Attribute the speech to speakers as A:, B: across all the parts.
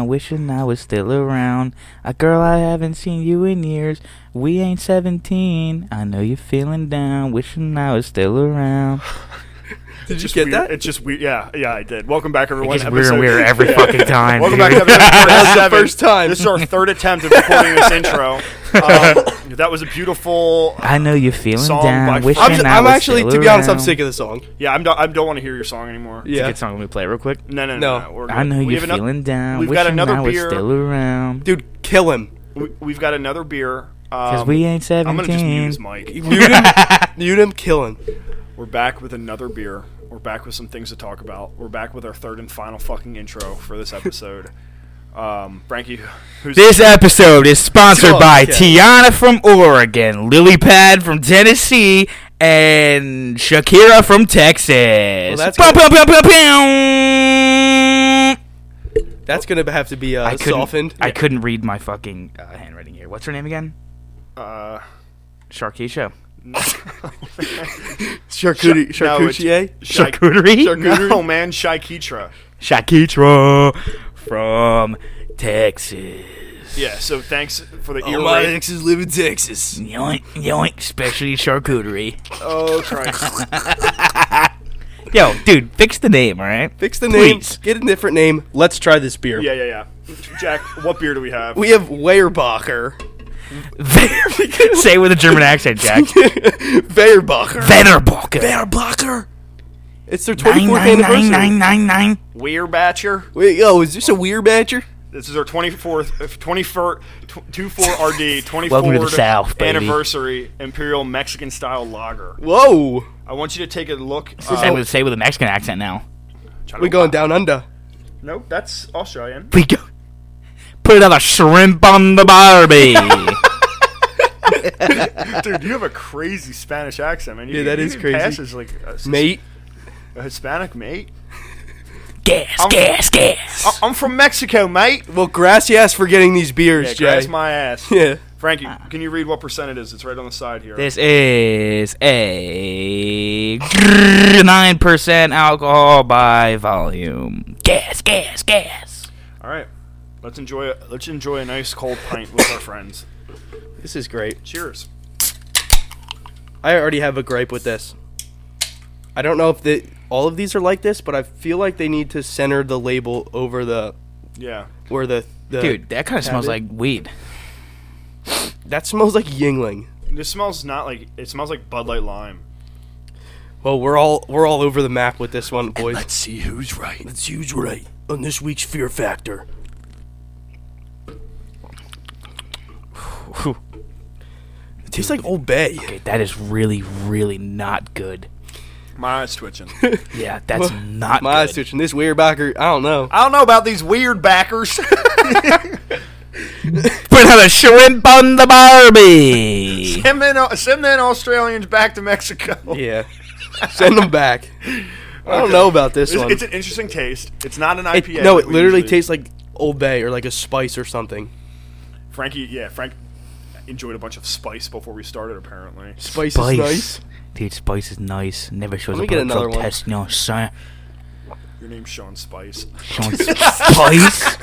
A: wishing I was still around. A girl, I haven't seen you in years. We ain't 17. I know you're feeling down, wishing I was still around.
B: Did you
C: Just
B: get
C: weird-
B: that?
C: It's just weird. Yeah, yeah, I did. Welcome back, everyone.
A: It's weird and
C: Episode-
A: weird every fucking time.
C: Welcome
A: dude.
C: back to
B: That's the
C: episode 47.
B: first time.
C: This is our third attempt at recording this intro. Um, that was a beautiful. uh,
A: I know you're feeling
C: Song by-
A: down, wishing
C: I'm
B: I'm,
C: ju-
B: just,
A: I
B: I'm
A: was
B: actually,
A: still
B: to be honest, I'm
A: around.
B: sick of the song.
C: Yeah, I'm. Do- I don't want to hear your song anymore.
B: Yeah.
A: Good song. Let me play it real quick.
C: No, no, no.
B: No.
C: no, we're
A: I
C: good.
A: know
C: We
A: you're
C: have ano-
A: feeling down,
C: We've
A: wishing
C: got another
A: I was
C: beer.
A: still around.
B: Dude, kill him.
C: We, we've got another beer.
A: Cause
C: Um,
A: we ain't 17.
C: I'm gonna just mute his mic.
B: Mute him. mute him, kill him.
C: We're back with another beer. We're back with some things to talk about. We're back with our third and final fucking intro for this episode. Um, Frankie, who's
A: This episode is sponsored
B: Oh,
A: by
B: okay.
A: Tiana from Oregon, Lily Pad from Tennessee, and Shakira from Texas.
B: that's
A: Pow,
B: good.
A: pow, pow, pow, pow.
B: That's going to have to be uh,
A: I couldn't,
B: softened.
A: I couldn't read my fucking uh, handwriting here. What's her name again?
C: Uh,
A: Sharky Show.
B: Charcuterie.
C: Sh- no, it's-
B: Charcutier?
C: Shai-
A: Charcuterie?
C: No, man, Shaikitra.
A: Shakitra from Texas.
C: Yeah. So thanks for the ear
B: Oh, my
C: rape.
B: ex is living in Texas.
A: Yoink, yoink, specialty charcuterie.
C: Oh Christ.
A: Yo, dude, fix the name, all right?
B: Fix the name.
A: Please.
B: Get a different name. Let's try this beer.
C: yeah, yeah, yeah. Jack, what beer do we have?
B: We have Weyerbacher.
A: Say it with a German accent, Jack.
B: Weyerbacher.
A: Venerbalken.
B: Weyerbacher. It's their 24th
A: Nine, nine,
B: anniversary.
A: nine, nine, nine, nine.
C: Weir Batcher.
B: Wait, yo, is this a weird badger?
C: This is our uh, 24th, 24, 24 RD, 24
A: Welcome to the South, baby.
C: anniversary Imperial Mexican style lager.
B: Whoa.
C: I want you to take a look.
A: Say it
C: Uh,
A: with, say it with a Mexican accent now.
B: We're going down under.
C: nope, that's Australian.
A: We go. Put another shrimp on the Barbie.
C: Dude, you have a crazy Spanish accent, man. You,
B: Yeah, that
C: you
B: is
C: can pass
B: crazy.
C: as, like a, s-
B: Mate.
C: a Hispanic mate.
A: gas,
B: Um,
A: gas, gas.
C: I- I'm from Mexico, mate.
B: Well, gracias for getting these beers,
C: Yeah,
B: Jay.
C: grass my ass.
B: yeah.
C: Frankie, can you read what percent it is? It's right on the side here.
A: This is a 9% alcohol by volume. Gas, gas, gas.
C: All right, let's enjoy. A, let's enjoy a nice cold pint with our friends.
B: This is great.
C: Cheers.
B: I already have a gripe with this. I don't know if the, all of these are like this, but I feel like they need to center the label over the
C: Yeah.
B: where the, the
A: Dude, that kind of smells
B: it.
A: like weed.
B: That smells like Yingling.
C: This smells not like it smells like Bud Light Lime.
B: Well, we're all we're all over the map with this one, boys.
D: see who's right. Let's see who's right on this week's Fear Factor.
B: It tastes like Old Bay.
A: Okay, that is really, really not good.
C: My eyes twitching.
A: Yeah, that's not
B: My eyes
A: good.
B: twitching. This Weyerbacher, I don't know.
C: I don't know about these weird backers.
A: Put another shrimp on the Barbie.
C: send, them, send them Australians back to Mexico.
B: Yeah, send them back. I don't know about this
C: It's,
B: one.
C: it's an interesting taste. It's not an
B: It-
C: IPA.
B: no,
C: like
B: it
C: we
B: literally
C: usually-
B: tastes like Old Bay or like a spice or something.
C: Frankie, yeah, Frank enjoyed a bunch of spice before we started. Apparently,
B: Spice,
A: Spice.
B: is nice.
A: Dude, spice is nice. Never shows up
B: Let me get
A: on a
B: another
A: drug
B: one.
A: test, you know what I'm saying?
C: your name's Sean Spice.
A: Showing spice?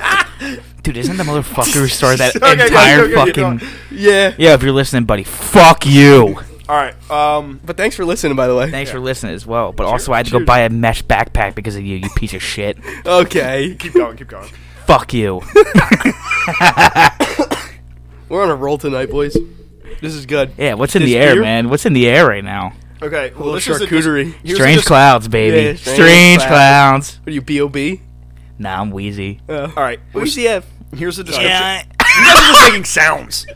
A: Dude, isn't the motherfucker who started that
C: Okay, guys,
A: entire
C: okay, okay,
A: fucking...
C: no.
B: Yeah.
A: Yeah, if you're listening, buddy, fuck you.
C: All right, um,
B: But thanks for listening, by the way.
A: Thanks for listening as well. But also, I had to
C: cheers.
A: go buy a mesh backpack because of you, you piece of shit.
B: Okay,
C: keep going, keep going.
A: Fuck you.
B: we're on a roll tonight, boys. This is good.
A: Yeah, what's in
B: This
A: the air,
B: beer?
A: man? What's in the air right now?
C: Okay, well,
B: Little
C: this is a-
B: charcuterie.
C: here's
A: strange
C: just-
A: clouds, baby.
B: Yeah, strange
A: strange clouds.
B: What are you, B.O.B.?
A: Nah, I'm wheezy.
B: Uh,
C: All right, we're-
B: Where's the F?
C: here's the description. You guys are just making sounds.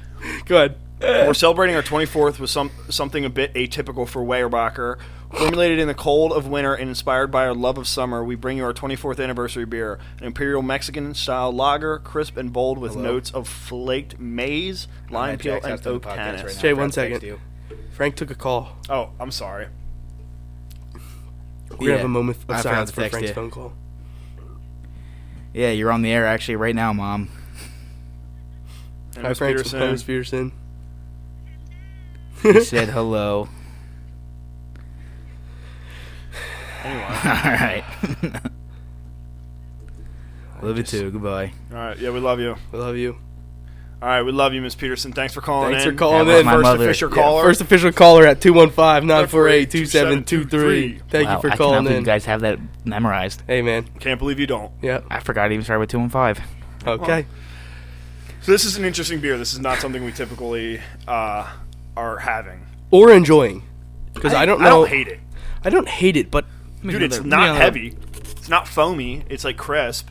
B: Go ahead.
C: We're celebrating our 24th with some something a bit atypical for Weyerbacher. Formulated in the cold of winter and inspired by our love of summer, we bring you our 24th anniversary beer, an imperial Mexican style lager, crisp and bold with notes of flaked maize, lime peel, and oak
D: right
C: tannin.
D: now.
B: Jay, one
D: Frank, thanks
B: second.
D: to you.
B: Frank took a call.
C: oh, I'm sorry.
B: We're gonna have a moment of
D: I forgot
B: silence
D: to
B: for
D: text
B: Frank's
D: you.
B: phone call.
A: Yeah, you're on the air actually right now, mom.
C: And
B: Hi,
C: Miss
B: Frank.
C: Peterson.
B: Hi, Miss Peterson.
A: He said hello.
C: Anyway,
A: All right. Love you too. Goodbye.
C: All right. Yeah, we love you.
B: I love you.
C: All right, we love you, Miss Peterson. Thanks for calling
B: Thanks
C: in.
B: for calling
A: That was
B: in.
A: my
B: First,
A: mother.
C: Fisher
B: yeah,
C: caller.
B: first official caller at 215-948-2723. Thank
A: wow,
B: you
A: I
B: for
A: cannot
B: calling
A: believe
B: in.
A: you guys have that memorized.
B: Hey man.
C: Can't believe you don't.
B: Yeah.
A: I forgot I even started with two and five.
B: Okay.
C: So this is an interesting beer. This is not something we typically uh, are having.
B: Or enjoying. Because I, don't know.
C: I don't hate it,
B: I don't hate it, but
C: dude. It's
A: another-
C: not
A: another-
C: heavy. It's not foamy. It's like crisp.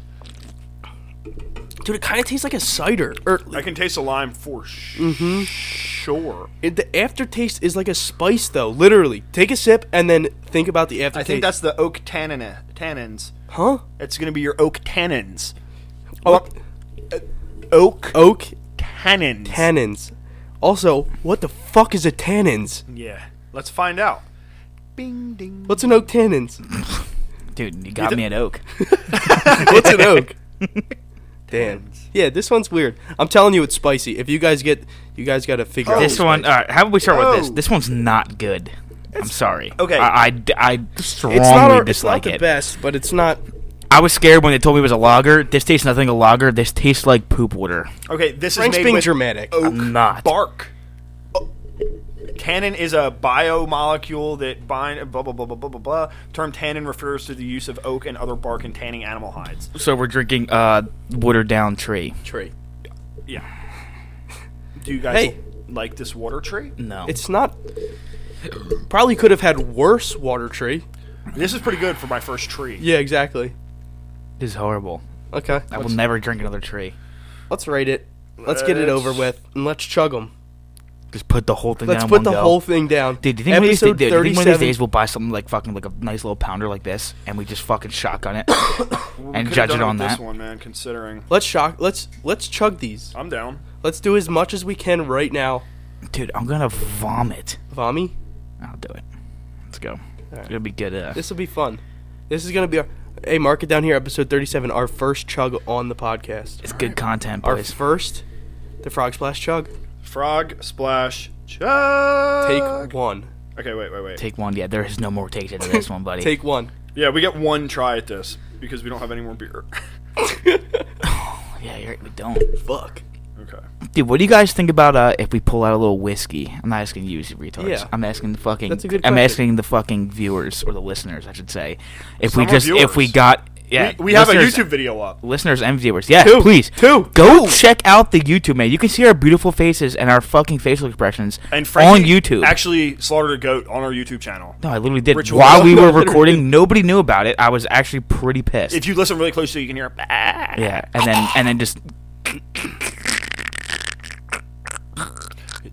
B: dude, it kind of tastes like a cider. Or
C: I can taste the lime for sh- sure.
B: it, the aftertaste is like a spice, though. Literally, take a sip and then think about the aftertaste.
C: I think that's the oak tannin tannins.
B: huh?
C: That's gonna be your oak tannins.
B: Oak,
C: Oak
B: oak
C: tannins.
B: tannins. Also, what the fuck is a tannins?
C: yeah. Let's find out. Bing ding.
B: What's an oak tannins?
A: Dude, you got me at Oak.
B: What's an oak? Damn. Yeah, this one's weird. I'm telling you, it's spicy. If you guys get, you guys got to figure out
A: Oh. This
B: what's
A: one,
B: spicy.
A: all right. How about we start with this?
B: Oh.
C: Yo.
A: This one's not good. I'm sorry.
C: okay.
A: I, I d- I strongly
B: It's not, our, it's not
A: dislike
B: the
A: it.
B: best, but it's not.
A: I was scared when they told me it was a lager. This tastes nothing like a lager. This tastes like poop water.
C: Okay, this
B: Frank's
C: is made
B: being
C: with
B: dramatic.
C: oak
A: I'm not.
C: bark. O- Tannin is a biomolecule that bind blah blah blah blah blah blah blah. Term tannin refers to the use of oak and other bark in tanning animal hides.
A: So we're drinking uh watered down tree.
B: Tree.
C: Yeah. Do you guys
B: Hey.
C: like this water tree?
A: No.
B: It's not. Probably could have had worse water tree.
C: This is pretty good for my first tree.
B: Yeah, exactly.
A: this is horrible.
B: Okay.
A: I will
B: let's,
A: never drink another tree.
B: let's rate it. Let's get it over with and let's chug them.
A: Just put the whole thing
B: Let's
A: down. in
B: put
A: one
B: the
A: go.
B: whole thing down.
A: Dude, do you think, one of, these
B: Episode
A: dude, do you think one of
B: 37
A: these days we'll buy something like fucking like a nice little pounder like this, and we just fucking shotgun it
C: We
A: and
C: could've
A: judge
C: done
A: it on
C: with
A: that?
C: This one, man, considering
B: Let's shock. Let's let's chug these.
C: I'm down.
B: Let's do as much as we can right now.
A: Dude, I'm gonna vomit.
B: Vami,
A: I'll do it. Let's go. It's gonna be good. Uh,
B: this will be fun. This is gonna be our. Hey, mark it down here. Episode thirty-seven. Our first chug on the podcast.
A: it's good content,
B: Our
A: boys.
B: first, the Frog Splash chug.
C: Frog splash chug.
B: Take one.
C: Okay, wait, wait, wait.
A: Take one. Yeah, there is no more takes into this one, buddy.
B: Take one.
C: Yeah, we get one try at this because we don't have any more beer.
A: Yeah, you're right. We don't.
B: Fuck.
C: okay.
A: Dude, what do you guys think about uh, if we pull out a little whiskey? I'm not asking you, you retards.
B: Yeah.
A: I'm asking the fucking.
B: That's a good
A: I'm
B: question.
A: asking the fucking viewers or the listeners, I should say. If
C: Some
A: we
C: are
A: just, if we
C: viewers.
A: got, yeah,
C: we we have a
A: listeners-
C: YouTube video up.
A: listeners and viewers. Yeah,
B: Two.
A: please.
B: Two.
A: Go check out the YouTube, man. You can see our beautiful faces and our fucking facial expressions
C: And Frankie
A: on YouTube.
C: actually slaughtered a goat on our YouTube channel.
A: no, I literally did.
C: Ritual.
A: While we
B: No,
A: were
B: literally.
A: recording, nobody knew about it. I was actually pretty pissed.
C: If you listen really closely, you can hear. "Ah." "Bah."
A: yeah, and then and then just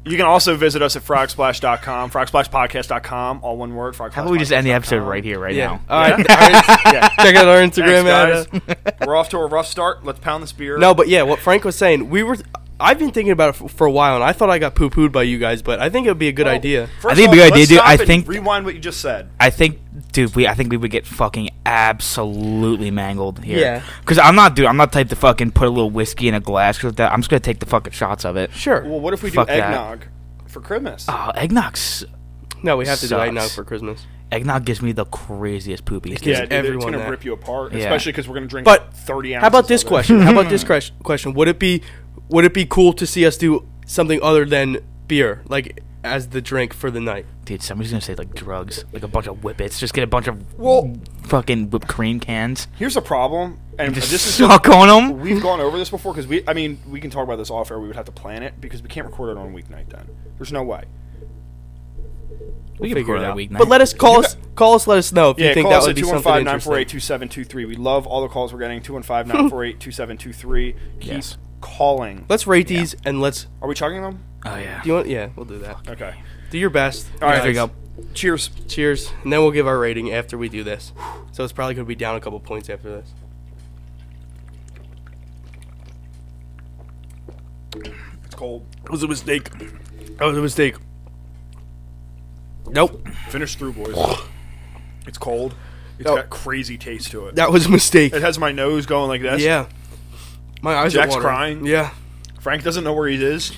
C: You can also visit us at frogsplash.com, frogsplashpodcast.com, all one word. Frogsplash
A: how about we just end the episode right here, right
B: Yeah.
A: now?
B: All right.
C: yeah.
B: Check out our Instagram
C: Thanks,
B: at. uh,
C: guys. We're off to a rough start. Let's pound this beer. Oh,
B: No, but yeah, what Frank was saying, we were. I've been thinking about it f- for a while, and I thought I got poo pooed by you guys, but I think it would be a good
C: Oh.
B: idea.
C: First
A: I think
C: off,
A: we got
C: let's
A: idea, dude.
C: stop
A: I
C: and
A: think-
C: rewind what you just said.
A: I think, dude, we I think we would get fucking absolutely mangled here.
B: Yeah.
A: Because I'm not, dude. I'm not type to fucking put a little whiskey in a glass. Cause that, I'm just gonna take the fucking shots of it.
B: Sure.
C: Well, what if we do
A: Fuck that.
C: eggnog for Christmas?
A: Oh, eggnog's
B: no, we have to do
A: Sucks.
B: eggnog for Christmas.
A: eggnog gives me the craziest poopies.
C: yeah,
A: dude.
C: dude, it's
B: everyone
C: gonna
B: that.
C: rip you apart,
A: Yeah.
C: especially because we're gonna drink
B: But
C: 30 ounces.
B: How about this
C: of it.
B: question? How about this cres- question? Would it be would it be cool to see us do something other than beer, like as the drink for the night?
A: Dude, somebody's gonna say like drugs, like a bunch of whippets. Just get a bunch of
C: Well-
A: fucking whipped cream cans.
C: Here's the problem, and
A: Just
C: this is
A: suck on 'em.
C: We've gone over this before because we, I mean, we can talk about this off air. We would have to plan it because we can't record it on a weeknight. Then there's no way.
A: We
B: Figure it out.
A: week
B: But let us call us call us. Let us know if
C: Yeah,
B: you think
C: call
B: that
C: us
B: would
C: at
B: be something
C: 215
B: interesting.
C: 948 2723. We love all the calls we're getting 215 948 2723. Keep
A: Yes.
C: calling.
B: Let's rate these and let's.
C: Are we chugging them?
A: Oh yeah.
B: Do you want? Yeah, we'll do that.
C: Okay.
B: Do your best.
C: All right.
A: There you go.
C: Cheers.
B: Cheers, and then we'll give our rating after we do this. So it's probably gonna be down a couple points after this.
C: It's cold.
D: It was a mistake.
B: That was a mistake. Nope,
C: Finish through, boys. it's cold. It's
B: Oh.
C: got crazy taste to it.
B: that was a mistake.
C: It has my nose going like this.
B: Yeah, my eyes
C: Jack's
B: are watering.
C: crying.
B: Yeah,
C: Frank doesn't know where he is.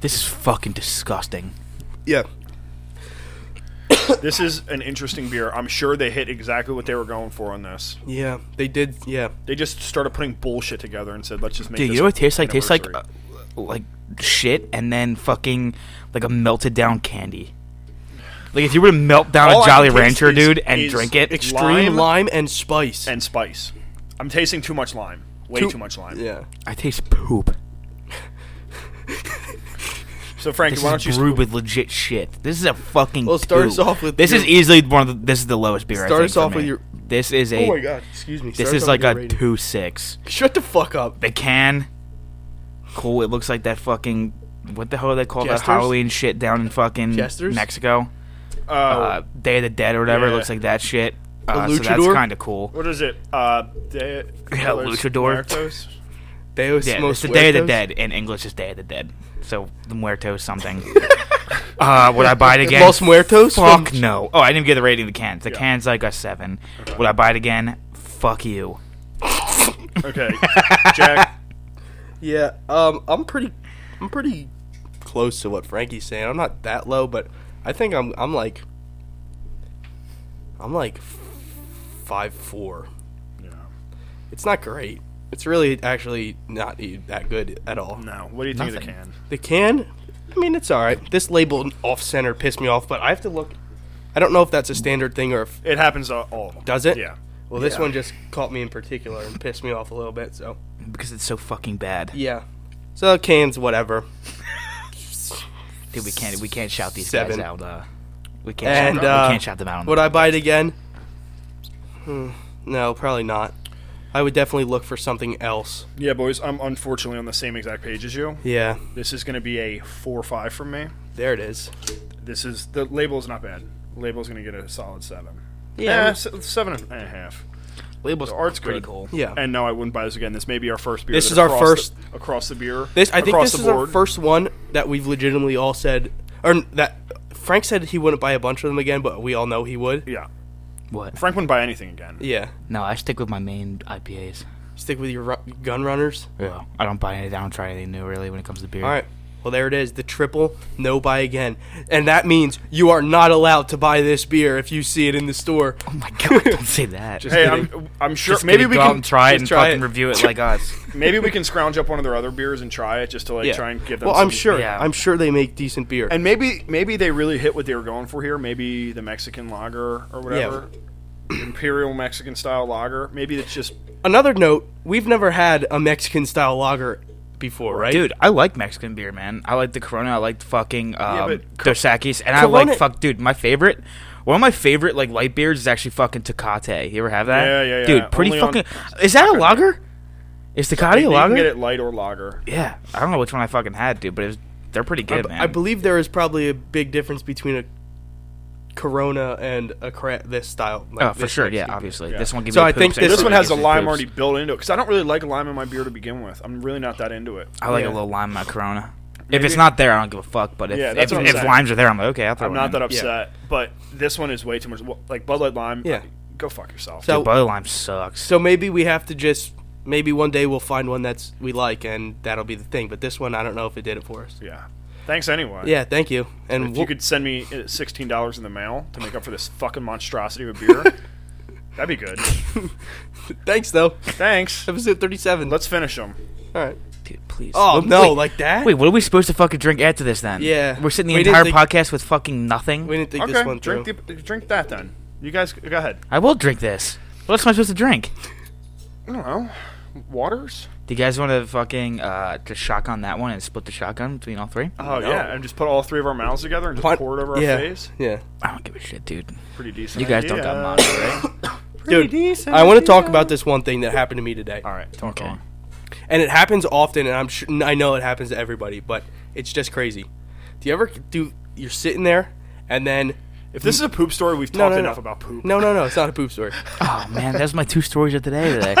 A: This is fucking disgusting.
B: yeah.
C: this is an interesting beer. I'm sure they hit exactly what they were going for on this.
B: Yeah, they did. Yeah,
C: They just started putting bullshit together and said, "Let's just make."
A: Dude,
C: this
A: you know what it tastes like? Tastes like uh,
C: anniversary.
A: like shit, and then fucking like a melted down candy. Like if you were to melt down
C: All I
A: a
C: can
A: Jolly
C: taste
A: Rancher,
C: is-
A: dude, and
C: is
A: drink it,
C: ex-
B: extreme
C: Lime.
B: lime, and spice.
C: and spice. I'm tasting too much lime. Way too,
B: Too-
C: much lime.
B: yeah,
A: I taste poop.
C: So Frankie,
A: This
C: why
A: is
C: don't you?
A: brewed with legit shit. This is a fucking.
B: Well, start us
A: poop.
B: off with
A: This is
B: your-
A: easily one of the, this is the lowest beer. I
B: Start
A: think,
B: us
A: for
B: off
A: me.
B: with your-
A: This is a.
B: Oh my god, excuse me.
A: This
B: Sorry
A: is
B: about
A: like
B: your
A: a
B: rating.
A: two six.
B: Shut the fuck up.
A: The can. Cool. It looks like that fucking. What the hell do they call
B: Jester's?
A: that Halloween shit down in fucking
B: Jester's?
A: Mexico?
C: Oh,
A: Uh, Day of the Dead or whatever. It
C: Yeah.
A: looks like that shit. Uh, so that's
B: luchador?
A: kind of cool.
C: what is it? Uh, de-
A: Yeah,
C: Los
A: Luchador.
C: Muertos?
B: Deus
A: Yeah,
B: Mos
A: it's the Day of the
B: Muertos?
A: Dead. In English, it's Day of the Dead. So the Muertos something. uh, would I buy it again?
B: Los Muertos from-
A: Fuck no. Oh, I didn't get the rating of the cans. The
C: Yeah.
A: cans like a seven. Would I buy it again? Fuck you.
C: Okay, Jack.
B: Yeah, um, I'm pretty, I'm pretty close to what Frankie's saying. I'm not that low, but I think I'm, I'm like, I'm like five four.
C: Yeah.
B: It's not great. It's really actually not e- that good at all.
C: No. What do you think
A: Nothing.
C: of the can?
B: The can, I mean, it's all right. This label off center pissed me off, but I have to look. I don't know if that's a standard thing or if
C: It happens to all. of them.
B: does it.
C: Yeah.
B: Well, this
C: Yeah.
B: one just caught me in particular and pissed me off a little bit. So
A: Because it's so fucking bad.
B: yeah. So cans, whatever.
A: Dude, we can't we can't shout these
B: Seven.
A: guys out. Uh, we can't
B: And,
A: shout, them-
B: uh,
A: we can't shout them out. On
B: Would
A: the
B: I buy it again? Hmm, no, probably not. I would definitely look for something else.
C: Yeah, boys. I'm unfortunately on the same exact page as you.
B: Yeah,
C: This is going to be a four or five from me.
B: there it is.
C: This is the label's not bad. Label's going to get a solid seven.
B: Yeah.
C: Eh, se- seven and a half.
A: label's
C: The art's
A: pretty
C: good.
A: cool.
B: Yeah.
C: And no, I wouldn't buy this again. This may be our first beer.
B: This
C: that
B: is our
C: across
B: first-
C: the, across the beer.
B: This I think
C: across
B: this is
C: the
B: our
C: board.
B: first one that we've legitimately all said, or n- that Frank said he wouldn't buy a bunch of them again, but we all know he would.
C: Yeah,
A: What?
C: Frank wouldn't buy anything again.
B: Yeah,
A: No, I stick with my main IPAs.
B: stick with your ru- gun runners.
A: Yeah. I don't buy any. I don't try anything new really when it comes to beer.
B: All right. Well, there it is. The triple no buy again, and that means you are not allowed to buy this beer if you see it in the store.
A: Oh my god, don't say that.
C: Hey, I'm, I'm sure
A: Just
C: maybe
A: kidding,
C: we
A: go
C: can
A: out and try it
B: just
A: and
B: try
A: fucking
B: it.
A: review it like us.
C: maybe we can scrounge up one of their other beers and try it just to like try and give them.
B: Well, I'm
C: some-
B: sure.
A: Yeah.
B: I'm sure they make decent beer.
C: And maybe maybe they really hit what they were going for here. Maybe the Mexican lager or whatever, imperial Mexican style lager. Maybe it's just
B: Another note: we've never had a Mexican style lager before, right?
A: Dude, I like Mexican beer, man. I like the Corona. I like the fucking um,
C: but
A: Dos Equis, and I
B: Corona-
A: like fuck, dude. My favorite, one of my favorite like light beers is actually fucking Tecate. You ever have that?
C: Yeah, yeah, yeah.
A: Dude, pretty
C: Only on-
A: fucking. Is that a lager? Is Tecate
C: you
A: a
C: can
A: lager?
C: get it light or lager.
A: Yeah, I don't know which one I fucking had, dude, but it was, they're pretty good, man.
B: I believe there is probably a big difference between a Corona and a cra- this style. like
A: Oh, for
B: this
A: sure. Yeah,
B: Mexican beer.
A: obviously.
C: Yeah.
A: This one gives
B: So
A: me
B: I think
A: poops, and
C: This one has a
A: gives me
C: lime
A: poops.
C: already built into it because I don't really like lime in my beer to begin with. I'm really not that into it.
A: I like
B: Yeah.
A: a little lime in my Corona. If
C: Maybe-
A: it's not there, I don't give a fuck. But if
C: Yeah, that's
A: if,
C: what I'm
A: if
C: saying.
A: limes are there, I'm like, okay, I'll throw
C: I'm
A: one
C: not
A: in.
C: that upset, but this one is way too much. well, Like Bud Light Lime, uh,
B: Yeah.
C: go fuck yourself.
B: So-
A: Dude, Bud Lime sucks.
B: So maybe we have to just maybe one day we'll find one that's we like and that'll be the thing. But this one, I don't know if it did it for us.
C: yeah, thanks anyway.
B: Yeah, thank you. And
C: if
B: we'll-
C: you could send me uh, sixteen dollars in the mail to make up for this fucking monstrosity of a beer, that'd be good.
B: thanks though.
C: Thanks.
B: Episode thirty-seven.
C: Let's finish them.
B: All right.
A: Dude, please.
B: Oh
A: Wait,
B: no,
A: wait.
B: like that.
A: Wait, what are we supposed to fucking drink after this then?
B: Yeah.
A: We're sitting the
B: We didn't
A: entire
B: think-
A: podcast with fucking nothing.
B: we didn't think
C: Okay,
B: this one through.
C: drink the, drink that then. You guys go ahead.
A: I will drink this. What else am I supposed to drink?
C: I don't know. Waters?
A: Do you guys want to fucking uh, just shotgun that one and split the shotgun between all three?
C: Oh yeah, and just put all three of our mouths together and just
B: Why-
C: pour it over
B: yeah,
C: our face.
B: Yeah.
A: I don't give a shit, dude.
C: Pretty decent.
A: You guys don't
C: idea.
A: got monster, right?
B: Dude, I want to talk about this one thing that happened to me today.
A: all right, talk okay.
B: and it happens often and i'm sure i know it happens to everybody but it's just crazy do you ever do you're sitting there and then
C: If this is a poop story, we've
B: no
C: talked
B: no
C: enough
B: no.
C: about poop.
B: no no no it's not a poop story
A: Oh man, that's my two stories of today today.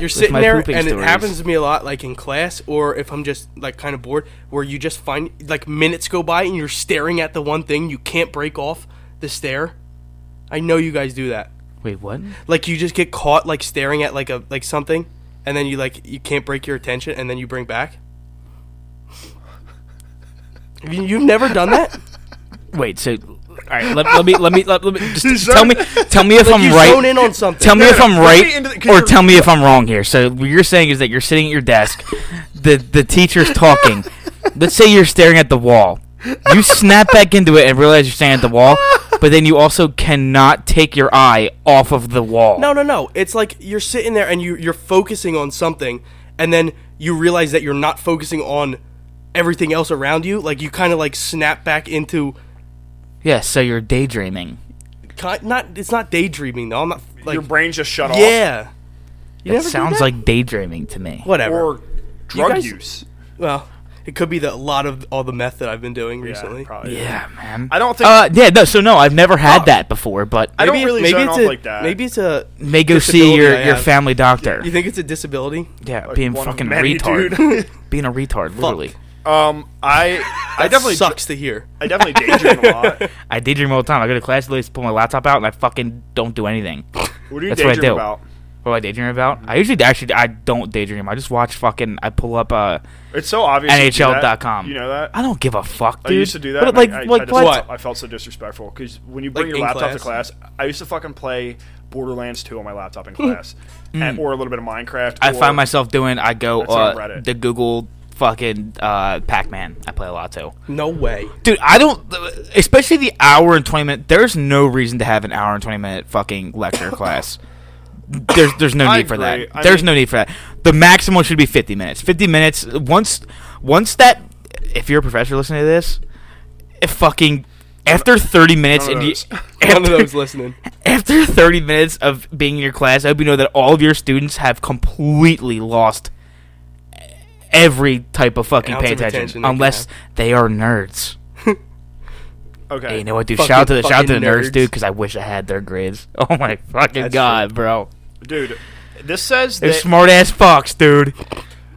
B: you're sitting
A: my
B: there and
A: pooping
B: it
A: stories.
B: happens to me a lot like in class or if i'm just like kind of bored where you just find like minutes go by and you're staring at the one thing you can't break off the stare i know you guys do that
A: Wait, what?
B: like you just get caught like staring at like a like something and then you like you can't break your attention and then you bring back You- you've never done that
A: Wait, so all right. Let, let me let me let, let me just
C: Zone-
A: tell me tell me if
B: Like
A: I'm
B: you
A: right.
B: zone in on something.
A: Tell me
C: No,
A: if
C: no,
A: I'm
C: let me
A: right
C: into the- 'cause
A: or
C: you're-
A: tell me if I'm wrong here. So what you're saying is that you're sitting at your desk, the the teacher's talking. Let's say you're staring at the wall. You snap back into it and realize you're staring at the wall, but then you also cannot take your eye off of the wall.
B: No, no, no. It's like you're sitting there and you you're focusing on something, and then you realize that you're not focusing on everything else around you. Like you kind of like snap back into
A: Yeah, so you're daydreaming.
B: ki- not. It's not daydreaming though. I'm not like
C: Your brain just shut off.
B: yeah. You
A: It
B: never do
A: sounds
B: that?
A: like daydreaming to me.
B: whatever.
C: Or drug
B: guys-
C: use.
B: well, it could be the a lot of all the meth that I've been doing recently.
C: Yeah, probably.
A: Yeah, man.
C: I don't think.
A: Uh, yeah, no. So no, I've never
B: Oh.
A: had that before, but
C: I don't
B: Maybe-
C: really
B: maybe
C: zone
B: it's
C: off
B: a,
C: like that.
B: Maybe it's a.
A: may go see
B: disability
A: your
B: I
A: your
B: have.
A: family doctor.
B: You think it's a disability?
A: Yeah,
C: Like
A: being
C: one of
A: fucking
C: many,
A: retard.
C: dude.
A: being a retard, literally.
C: um, I, I definitely,
B: sucks to hear.
C: I definitely daydream a lot.
A: I daydream all the time. I go to class, literally just pull my laptop out, and I fucking don't do anything.
C: What do you
A: That's what I
C: daydream
A: do.
C: about?
A: What do I daydream about? I usually actually I don't daydream. I just watch fucking. I pull up uh,
C: It's so obvious. you do that.
A: NHL.com.
C: You know that.
A: I don't give a fuck, Ah, dude.
C: I used to do that.
A: But
C: and
A: like,
C: I, I, I
A: like
C: just-
A: what?
B: What?
C: I felt so disrespectful because when you bring
B: Like,
C: your
B: in
C: laptop to class, I used to fucking play Borderlands 2 on my laptop in class, and, or a little bit of Minecraft.
A: Hmm. I
C: or,
A: find myself doing. I go
C: That's on
A: uh,
C: Reddit.
A: the Google fucking uh, Pac-Man. I play a lot too.
B: No way.
A: Dude, I don't. Especially the hour and twenty minute. There's no reason to have an hour and twenty minute fucking lecture class. There's there's no
C: I
A: need for that.
C: agree. I
A: there's
C: mean-
A: no need for that. The maximum should be fifty minutes. Fifty minutes. Once once that. If you're a professor listening to this, if fucking after thirty minutes
C: None of
A: and you,
C: those.
B: None of
A: after-
B: those listening.
A: after 30 minutes of being in your class, I hope you know that all of your students have completely lost every type of fucking
B: Ounce
A: pay
B: of
A: attention,
B: attention they can
A: unless they are nerds.
C: Okay.
A: Hey, you know what, dude?
B: Fucking-
A: shout out to the shout out to the
B: fucking
A: nerds,
B: nerds.
A: dude, because I wish I had their grades. Oh my fucking god, bro!
C: Dude, this says
A: They're
C: that,
A: smart ass fucks, dude.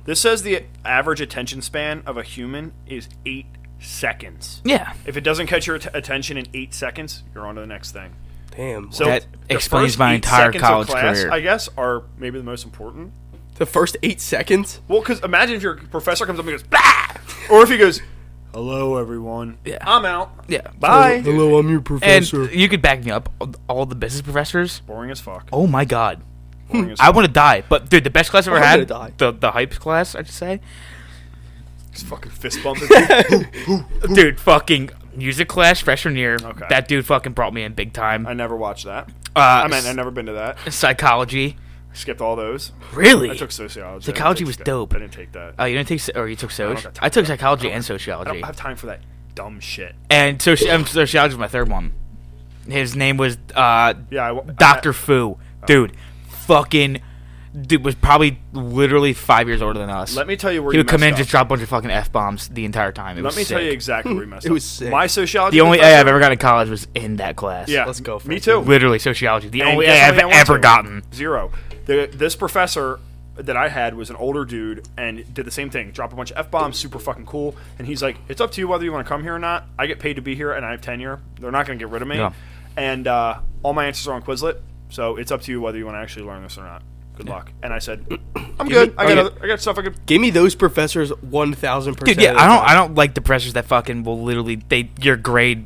C: this says the average attention span of a human is eight seconds.
A: Yeah,
C: If it doesn't catch your att- attention in eight seconds, you're on to the next thing.
B: Damn.
C: So
A: That
C: the
A: explains
C: first
A: my
C: eight
A: entire
C: seconds of
A: college
C: class,
A: career.
C: I guess are maybe the most important.
B: the first eight seconds.
C: Well, because imagine if your professor comes up and goes, bah! or if he goes, "Hello, everyone.
A: Yeah.
C: I'm out.
A: yeah.
C: Bye."
B: Hello, I'm your
A: And
B: professor.
A: you could back me up. All the business professors.
C: Boring as fuck.
A: Oh my god.
C: Boring as
A: I
C: fuck.
A: want to die, but dude, the best class I ever
B: I'm
A: had,
B: gonna die.
A: the the hypes class, I'd say,
C: Just fucking fist bumping.
A: dude, fucking music class freshman year.
C: Okay.
A: That dude fucking brought me in big time.
C: I never watched that.
A: Uh,
C: I meant I've never been to that.
A: psychology.
C: Skipped all those.
A: Really?
C: I took sociology.
A: Psychology
C: I didn't
A: was
C: take-
A: dope.
C: I didn't take that.
A: oh, you didn't take so- or you took soc?
C: got time
A: I took
C: for that.
A: psychology and
C: I
A: sociology,
C: don't have time for that dumb shit.
A: and soci- um, sociology was my third one. His name was uh,
C: Yeah, I Oh. w-
A: Doctor Fu, dude. Fucking dude was probably literally five years older than us.
C: Let me tell you where
A: he
C: you
A: would come
C: messed
A: in
C: up.
A: just drop a bunch of fucking f bombs the entire time. It
C: Let
A: was
C: me tell
A: sick.
C: you exactly where you messed
B: It
C: up.
B: was sick.
C: My sociology.
A: The only A
C: professor-
A: I've ever gotten in college was in that class.
C: Yeah,
B: Let's go,
C: Me
B: Frankie.
C: too.
A: Literally sociology. The
C: And
A: only
C: guess
A: A
C: how
A: I've
C: many I went
A: ever
C: to?
A: gotten.
C: Zero. The, this professor that I had was an older dude and did the same thing. Drop a bunch of f bombs, super fucking cool. And he's like, "It's up to you whether you want to come here or not. I get paid to be here, and I have tenure. They're not going to get rid of me.
A: Yeah.
C: And uh, all my answers are on Quizlet, so it's up to you whether you want to actually learn this or not. Good luck." And I said, "I'm good. I
A: Oh,
B: okay.
C: got other, I got stuff I could."
B: Give me those professors one thousand percent.
A: Dude, yeah, I don't I don't like the pressures that fucking will literally they your grade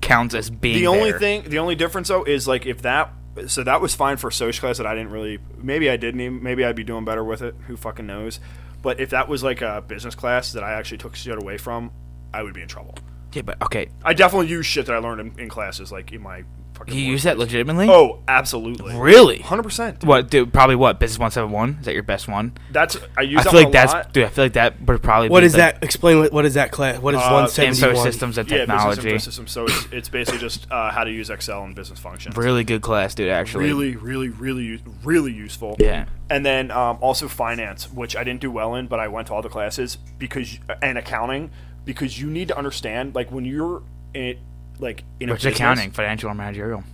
A: counts as being
C: The only
A: there.
C: thing, the only difference though is like if that. So that was fine for social class that I didn't really. Maybe I didn't. Even, maybe I'd be doing better with it. Who fucking knows? But if that was like a business class that I actually took shit away from, I would be in trouble.
A: Yeah, but okay.
C: I definitely use shit that I learned in, in classes, like in my fucking.
A: You
C: work.
A: use that legitimately?
C: Oh, absolutely.
A: really?
C: Hundred percent.
A: What dude probably what? Business one seven one? Is that your best one?
C: That's I use.
A: I
C: that
A: feel like
C: one a
A: that's
C: lot.
A: dude, I feel like that would probably
B: What
A: be
B: is
A: the
B: that? Explain what, what is that class? What is
C: Uh,
B: one
C: info
B: seventy
A: info
B: one?
A: systems and
C: yeah, business
A: technology.
C: info systems. So it's, it's basically just uh, how to use Excel and business functions.
A: really good class, dude, actually.
C: really, really, really, use- really useful.
A: Yeah.
C: And then um, also finance, which I didn't do well in, but I went to all the classes because and accounting because you need to understand like when you're in it, like in
A: Which
C: a
A: is
C: business,
A: accounting, financial or managerial.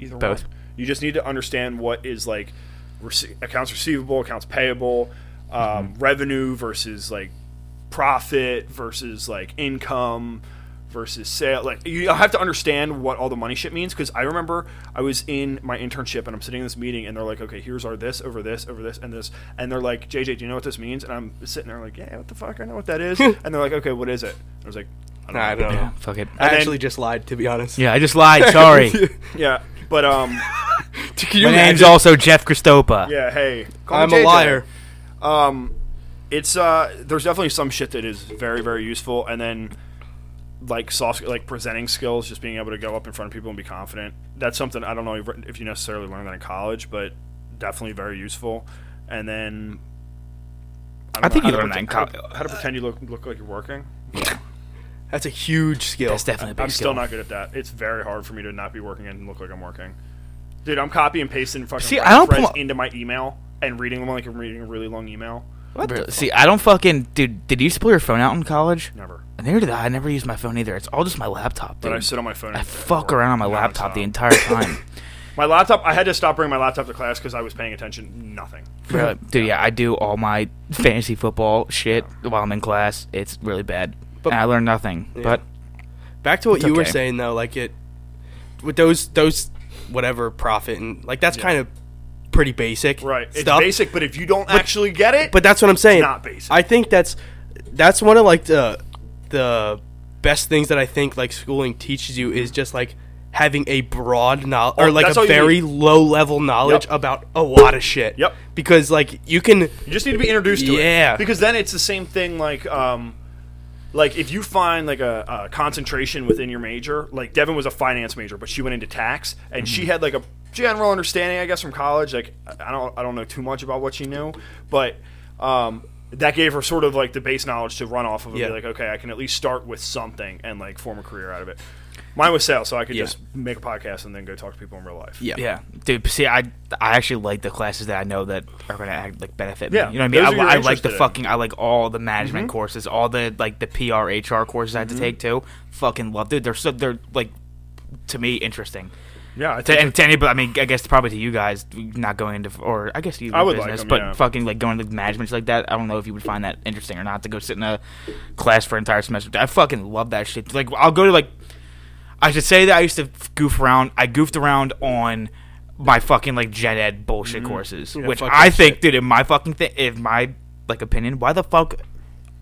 C: either
A: both.
C: one, you just need to understand what is like rece- accounts receivable, accounts payable, um,
B: Mm-hmm.
C: revenue versus like profit versus like income versus sale. Like you have to understand what all the money shit means because I remember I was in my internship and I'm sitting in this meeting and they're like, okay, here's our this over this over this and this and they're like, JJ, do you know what this means? And I'm sitting there like, yeah, what the fuck? I know what that is. and they're like, okay, what is it? I was like,
B: Nah, I don't know.
A: Fuck it.
B: I
C: And then-
B: actually just lied, to be honest.
A: Yeah, I just lied. Sorry.
C: Yeah, but um,
B: Can you
A: My name's
B: imagine?
A: also Jeff Christopa.
C: yeah. Hey, call me
B: I'm a
C: JJ.
B: liar.
C: Um, it's uh, there's definitely some shit that is very very useful, and then like soft like presenting skills, just being able to go up in front of people and be confident. That's something I don't know if- if you necessarily learn that in college, but definitely very useful. And then don't
A: I think
C: how
A: you
C: to
A: learn that in
C: pretend-
A: col-
C: How, how to pretend you look look like you're working.
B: That's a huge skill.
A: That's definitely a big
C: I'm
A: skill.
C: still not good at that. It's very hard for me to not be working and look like I'm working. Dude, I'm copy and pasting fucking
A: See,
C: See,
A: I don't pull-
C: into my email and reading them like I'm reading a really long email.
A: Bro, See, I don't fucking dude. Did you used to pull your phone out in college?
C: Never.
A: Neither did I. I never used my phone either. It's all just my laptop, dude.
C: But I sit on my phone.
A: I
C: and
A: fuck
C: work
A: around on my laptop
C: nonstop.
A: the entire time.
C: My laptop. I had to stop bringing my laptop to class because I was paying attention. Nothing.
A: Bro, dude, yeah, I do all my fantasy football shit while I'm in class. It's really bad.
B: But-
A: and I learn nothing. But
B: Back to what
A: It's
B: you were
A: okay.
B: saying though, like it with those those whatever profit and like that's kind of pretty basic,
C: Right. It's
B: Stuff.
C: basic, but if you don't actually get it,
B: But that's what I'm saying.
C: not basic.
B: I think that's that's one of like the the best things that I think like schooling teaches you is just like having a broad knowledge or
C: Oh,
B: like
C: that's
B: a
C: all you
B: very low level knowledge
C: Yep.
B: about a lot of shit.
C: Yep.
B: Because like you can
C: you just need to be introduced to it.
B: Yeah.
C: Because then it's the same thing. Like, um, like if you find like a, a concentration within your major, like Devin was a finance major, but she went into tax, and she
B: Mm-hmm.
C: had like a general understanding, I guess, from college. Like, I I don't, I don't know too much about what she knew, but um, that gave her sort of like the base knowledge to run off of. And
B: Yeah.
C: be like, okay, I can at least start with something and like form a career out of it. Mine was sales, so I could
B: Yeah.
C: just make a podcast and then go talk to people in real life.
B: yeah.
A: yeah, dude. See, I I actually like the classes that I know that are gonna act, like benefit
C: Yeah,
A: me. You know what I mean?
C: those
A: I,
C: are Mm-hmm. you're
A: li- I like the
C: interested in.
A: fucking. I like all the management courses, all the like the PR HR courses I had
C: Mm-hmm.
A: to take too. Fucking love, dude. They're so they're like to me interesting.
C: yeah. I
A: To,
C: think
A: and to anybody, I mean, I guess probably to you guys, not going into, or I guess you,
C: I would like
A: business,
C: them,
A: but
C: yeah.
A: fucking like going to management like that, I don't know if you would find that interesting or not to go sit in a class for an entire semester. I fucking love that shit. Like, I'll go to like, I should say that I used to goof around. I goofed around on my fucking like gen ed bullshit
C: Mm-hmm.
A: courses, which
B: fuck
A: I
B: that
A: think, dude, in my fucking thing, if my like opinion, why the fuck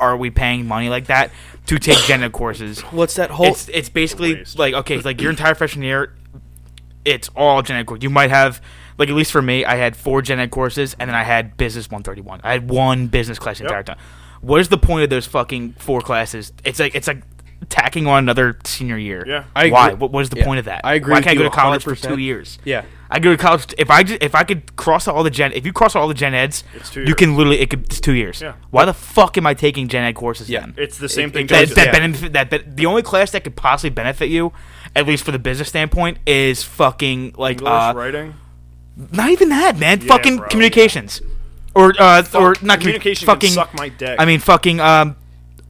A: are we paying money like that to take gen ed courses?
B: What's that whole
A: it's it's basically
C: waste.
A: like okay, it's like your entire freshman year, it's all gen ed course. You might have like at least for me, I had four gen ed courses, and then I had business one thirty one. I had one business class the entire time. What is the point of those fucking four classes? It's like it's like tacking on another senior year.
C: Yeah.
B: I
A: why?
B: agree-
A: What, what is the
B: yeah,
A: point of that?
B: I agree
A: Why
B: with
A: can't I
B: you
A: go to college for two
B: 100%.
A: years?
B: Yeah.
A: I go to college if I just, if I could cross out all the gen if you cross out all the gen eds,
C: It's two
A: you
C: years.
A: can literally it could it's two years.
C: Yeah.
A: Why the fuck am I taking gen ed courses
B: Yeah.
A: then?
C: it's the same thing.
A: that,
C: Joseph.
A: that benefit that, that the only class that could possibly benefit you, at least for the business standpoint, is fucking like
C: English
A: uh,
C: writing.
A: not even that man, fucking
C: bro.
A: communications, or uh, or not commu-
C: communication can
A: fucking
C: suck my dick.
A: I mean fucking um,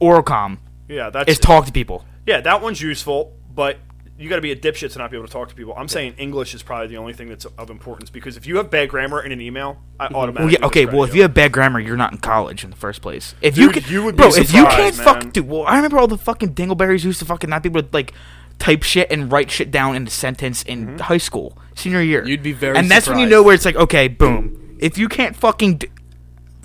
A: oralcom
C: Yeah, that's
A: is talk to people.
C: Yeah, that one's useful, but you got to be a dipshit to not be able to talk to people. I'm saying English is probably the only thing that's of importance because if you have bad grammar in an email, I
A: Mm-hmm. Well,
C: automatically.
A: yeah, okay.
C: discredit
A: Well, if you have bad grammar, you're not in college in the first place. If
C: Dude,
A: you can,
C: you would be
A: bro, if you
C: surprised,
A: can't fuck,
C: man.
A: dude. Well, I remember all the fucking dingleberries who used to fucking not be able to like type shit and write shit down in a sentence in
C: Mm-hmm.
A: high school, senior year.
B: You'd be very
A: and that's when you
B: surprised.
A: know where it's like, okay, boom. If you can't fucking, d-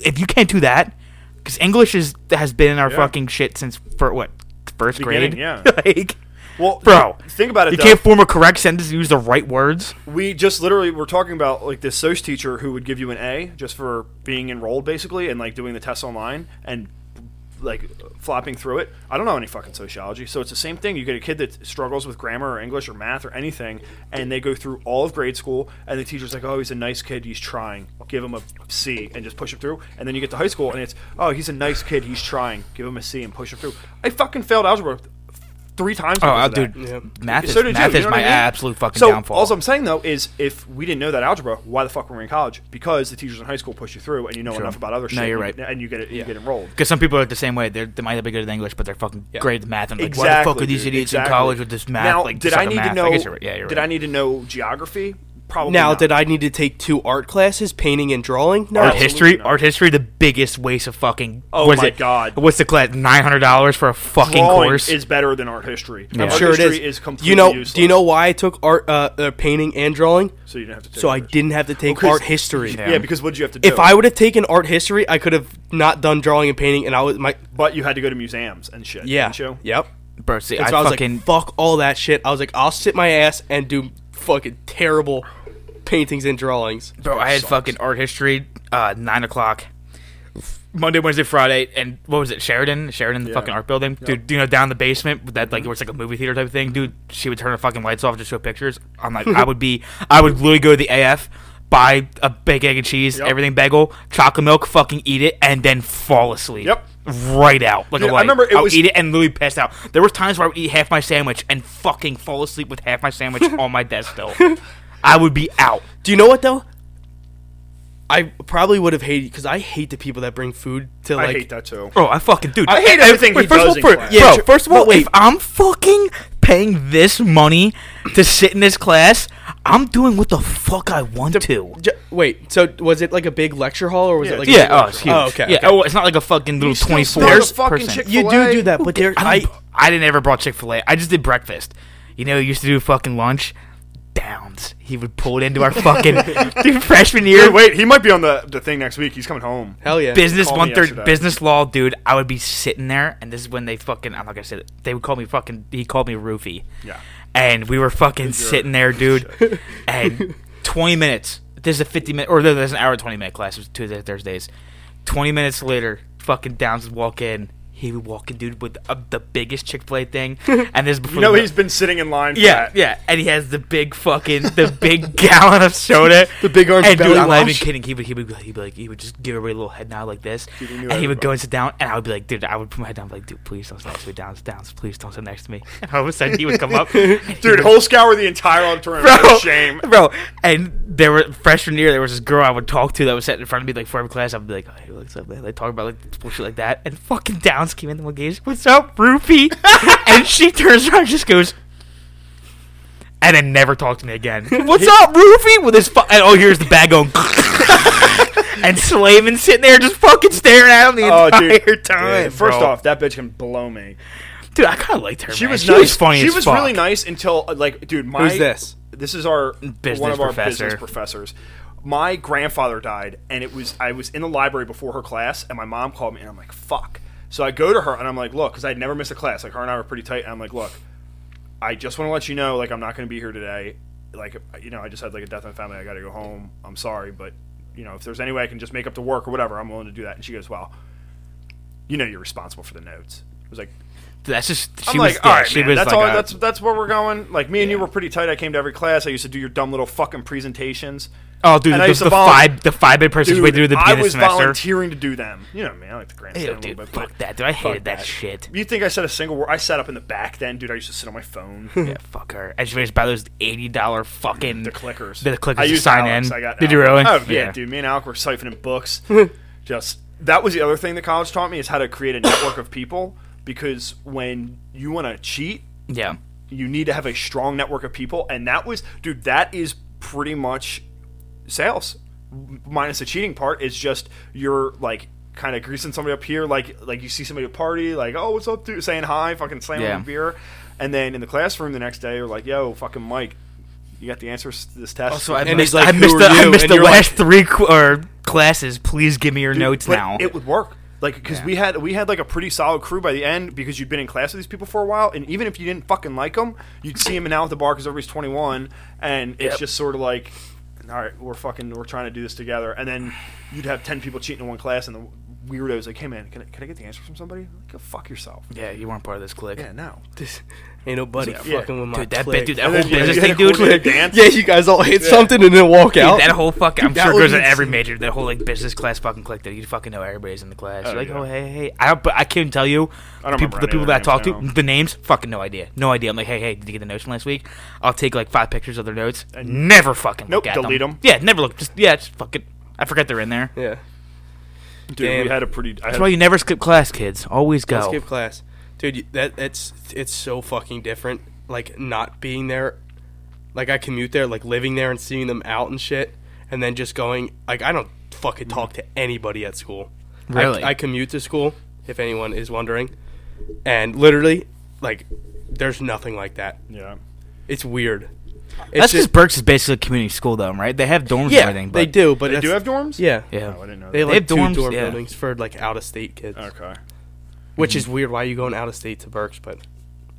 A: if you can't do that, because English is has been in our
C: Yeah.
A: fucking shit since for what first
C: Beginning,
A: grade,
C: yeah.
A: like,
C: Well,
A: bro,
C: think about it.
A: You
C: though.
A: can't form a correct sentence and use the right words.
C: we just literally were talking about like this soc teacher who would give you an a just for being enrolled basically and like doing the tests online and like flopping through it i don't know any fucking sociology so it's the same thing you get a kid that struggles with grammar or english or math or anything and they go through all of grade school and the teacher's like oh he's a nice kid he's trying give him a c and just push him through and then you get to high school and it's oh he's a nice kid he's trying give him a c and push him through i fucking failed algebra three times
A: Oh,
C: because
A: uh,
C: of that.
A: dude, math is,
C: So did you,
A: math
C: you
A: is
C: know
A: my
C: what I mean?
A: absolute fucking
C: so,
A: downfall.
C: All I'm saying though is, if we didn't know that algebra, why the fuck were we in college? Because the teachers in high school push you through, and you know enough about other shit.
A: you're
C: and-
A: right.
C: and you get it, you get enrolled.
A: Because some people are the same way. They're, they might not be good at English, but they're fucking great at math. And like, why the
C: Exactly.
A: fuck are these
C: dude,
A: idiots
C: exactly.
A: in college with this math?
C: Now,
A: like,
C: did
A: suck
C: I
A: at
C: need
A: math.
C: to know?
A: I guess you're right. Yeah, you're
C: did
A: right.
C: I need to know geography? Probably.
B: now
C: not.
B: did I need to take two art classes, painting and drawing? No.
A: Art history,
C: not.
A: art history, the biggest waste of fucking.
C: Oh
A: was
C: my
A: it,
C: God.
A: What's the class? Nine hundred dollars for a fucking
C: Drawing
A: course.
C: is better than art history.
A: I'm
C: Art
B: sure it is.
C: history is completely
B: you know,
C: useless.
B: do you know why I took art, uh, uh, painting and drawing?
C: So you didn't have to. Take
B: So I
C: it.
B: didn't have to take
C: Because-
B: art history.
C: Yeah. because what did you have to do?
B: If I would have taken art history, I could have not done drawing and painting, and I was my
C: but you had to go to museums and shit.
B: yeah,
C: Didn't you?
B: yep.
A: Bro, see,
B: And
A: I
B: so I, was
A: fucking
B: like, fuck all that shit. I was like, I'll sit my ass and do fucking terrible paintings and drawings.
A: Bro, I had fucking art history, uh, nine o'clock, Monday, Wednesday, Friday, and what was it, Sheridan? Sheridan, the fucking art building, dude. You know, down in the basement with that
C: Mm-hmm.
A: like it was like a movie theater type of thing, dude. She would turn her fucking lights off to show pictures. I'm like, I would be, I would literally go to the AF, buy a baked egg and cheese, everything bagel, chocolate milk, fucking eat it, and then fall asleep.
C: Yep.
A: Right out, like
C: Dude,
A: a
C: I
A: light.
C: remember it
A: would
C: was-
A: eat it and literally passed out. There was times where I would eat half my sandwich and fucking fall asleep with half my sandwich on my desk. Still, I would be out.
B: Do you know what though? I probably would have hated because I hate the people that bring food to like.
C: I hate that too.
A: Bro, I fucking dude. I
C: hate everything he
A: first of
C: does in
A: all,
C: class.
A: Bro,
B: Yeah,
A: bro,
B: sure.
A: first of all,
B: But wait.
A: if I'm fucking paying this money to sit in this class, I'm doing what the fuck I want to.
B: J- wait, so was it like a big lecture hall or was
C: Yeah,
B: it like?
C: yeah,
B: A big
A: Yeah, oh,
B: lecture
A: it's huge.
B: hall? Oh, okay.
A: Yeah,
B: okay.
A: oh, it's not like a fucking little
C: still
A: twenty four
C: there's fucking
A: person.
C: Chick-
B: You do
C: Filet.
B: do that, but there
A: I,
B: I
A: don't- I didn't ever brought Chick Fil A. I just did breakfast. You know, we used to do fucking lunch. Downs. He would pull it into our fucking dude, freshman year.
C: Dude, wait, he might be on the, the thing next week. He's coming home.
B: hell yeah.
A: business
C: called me
A: one third
C: yesterday.
A: business law dude i would be sitting there and this is when they fucking i'm not gonna say it they would call me fucking he called me roofie
C: Yeah.
A: and we were fucking sitting there dude and 20 minutes this is a 50 minute or no, there's an hour and 20 minute class it was tuesday thursdays 20 minutes later fucking downs would walk in he would walk in dude with uh, the biggest chick-fil-a thing and this is before
C: You know
A: the-
C: he's been sitting in line for
A: yeah,
C: that.
A: yeah, and he has the big fucking the big gallon of soda,
B: The big orange
A: And dude,
B: belly
A: I'm not even
B: wash.
A: kidding. He would he would he'd be like he would just give everybody a little head nod like this,
C: he knew
A: and he would go and sit down, and I would be like, dude, I would put my head down, like, dude, please don't sit next to me, downs, downs, please don't sit next to me. And all of a sudden, he would come up,
C: Dude, whole scour the entire auditorium.
A: bro,
C: What a shame.
A: bro. And there were freshman year, there was this girl I would talk to that was sitting in front of me like for every class. I'd be like, "Hey, what's up?" man?" They talk about like bullshit like that, and fucking Downs came in the one game. What's up, Rupee? and she turns around, and just goes. And then never talked to me again. What's up, Rufy? With his fu- and oh, here's the bag going, and Slavin sitting there just fucking staring at him the
C: Oh,
A: entire
C: dude.
A: time.
C: Yeah, First
A: bro.
C: off, that bitch can blow me.
A: dude, I kind of liked her.
C: She
A: man.
C: was
A: she
C: nice.
A: was funny
C: She
A: as
C: was
A: fuck.
C: really nice until uh, like, dude, my
B: Who's this?
C: This is our one
A: Business
C: of our
A: professor.
C: business professors. My grandfather died, and it was I was in the library before her class, and my mom called me, and I'm like, fuck. So I go to her, and I'm like, look, because I'd never missed a class. Like her and I were pretty tight, and I'm like, look, I just want to let you know, like, I'm not going to be here today. Like, you know, I just had like a death in the family. I got to go home. I'm sorry, but you know, if there's any way I can just make up to work or whatever, I'm willing to do that. And she goes, well, you know, you're responsible for the notes. I was like,
A: Dude, That's just she
C: I'm
A: was.
C: like,
A: yeah,
C: all right,
A: she
C: man,
A: was
C: that's
A: like
C: all.
A: a-
C: that's that's where we're going. Like me and you were pretty tight. I came to every class. I used to do your dumb little fucking presentations.
A: Oh, dude,
C: And
A: the,
C: I used
A: the
C: to vol-
A: five the five bit persons
C: Dude,
A: we do at the
C: I
A: beginning of the
C: was
A: semester.
C: volunteering to do them. You know, what I mean, I like the grandstand
A: Ew,
C: a
A: dude,
C: little bit.
A: fuck
C: But
A: that, dude. I hated that,
C: that.
A: shit.
C: you think I said a single word? I sat up in the back then, dude. I used to sit on my phone.
A: Yeah, fuck her. And she made us buy those eighty dollar fucking
C: the clickers.
A: The clickers
C: I
A: to
C: used
A: sign
C: Alex.
A: in.
C: I got
A: Did you really?
C: Alex. Oh yeah, dude. Me and Alec were siphoning books. Just that was the other thing that college taught me is how to create a network of people. Because when you want to cheat,
A: Yeah.
C: you need to have a strong network of people and that was dude that is pretty much sales minus the cheating part it's just you're like kind of greasing somebody up here like like you see somebody at a party like oh what's up dude saying hi fucking slamming
A: Yeah.
C: a beer and then in the classroom the next day you're like yo fucking mike you got the answers to this test
A: Also, I
B: And
A: missed,
B: he's like,
A: I
B: "Who
A: missed
B: are
A: the, I
B: you?"
A: missed
B: And
A: the
B: you're
A: last
B: like-
A: three qu- or classes. Please give me your notes
C: But
A: now.
C: It would work. Like because we had we had like a pretty solid crew by the end because you'd been in class with these people for a while, and even if you didn't fucking like them, you'd see them now at the bar because everybody's twenty one, and it's just sort of like, all right, we're fucking we're trying to do this together, and then you'd have ten people cheating in one class, and the weirdo's like, hey man, can I, can I get the answer from somebody? Like, go fuck yourself.
A: yeah, you weren't part of this clique.
C: Yeah, no.
B: This ain't nobody
C: yeah.
B: fucking with my
A: Dude, that
B: clique.
A: bit, dude, that
C: then
A: whole
C: you- you
A: business
C: had
A: thing,
C: to
A: dude.
C: coordinate
A: dude,
C: dance.
B: Yeah, you guys all hit something and then walk out.
A: That whole fucking, I'm
B: That
A: sure it
B: would
A: goes in
B: be
A: every
B: insane.
A: major. That whole like business class fucking clique that you fucking know everybody's in the class. You're like,
C: yeah.
A: oh hey hey, I don't, but I couldn't tell you.
C: I don't
A: the people,
C: remember
A: the
C: any
A: people
C: of
A: that I
C: their
A: talked
C: names
A: to,
C: now.
A: the names, fucking no idea, no idea. I'm like, hey hey, did you get the notes from last week? I'll take like five pictures of their notes.
C: And-
A: never fucking
C: Nope,
A: look at
C: delete 'em.
A: Yeah, never look. Just yeah, just fucking. I forget they're in there.
B: yeah.
C: Dude,
B: Damn.
C: we had a pretty. I
A: That's
C: had,
A: why you never skip class, kids. Always go.
B: Don't skip class, dude. you- That that's it's so fucking different. Like not being there, like I commute there, like living there and seeing them out and shit, and then just going like I don't fucking talk to anybody at school. I-
A: Mm. Really?
B: I, commute to school. If anyone is wondering, and literally, like, there's nothing like that.
C: yeah.
B: It's weird. It's
A: That's because
B: just-
A: Burks is basically a community school, though, right? They have dorms
B: yeah,
A: and everything. But
B: they do, but
C: They do
B: that's-
C: have dorms.
B: yeah.
A: Yeah.
C: Oh, I didn't know.
B: They
C: That.
B: have, like
A: have dorms,
B: two dorm
A: yeah.
B: buildings for like out of state kids,
C: okay. Mm-hmm.
B: which is weird. Why are you going out of state to Berks? But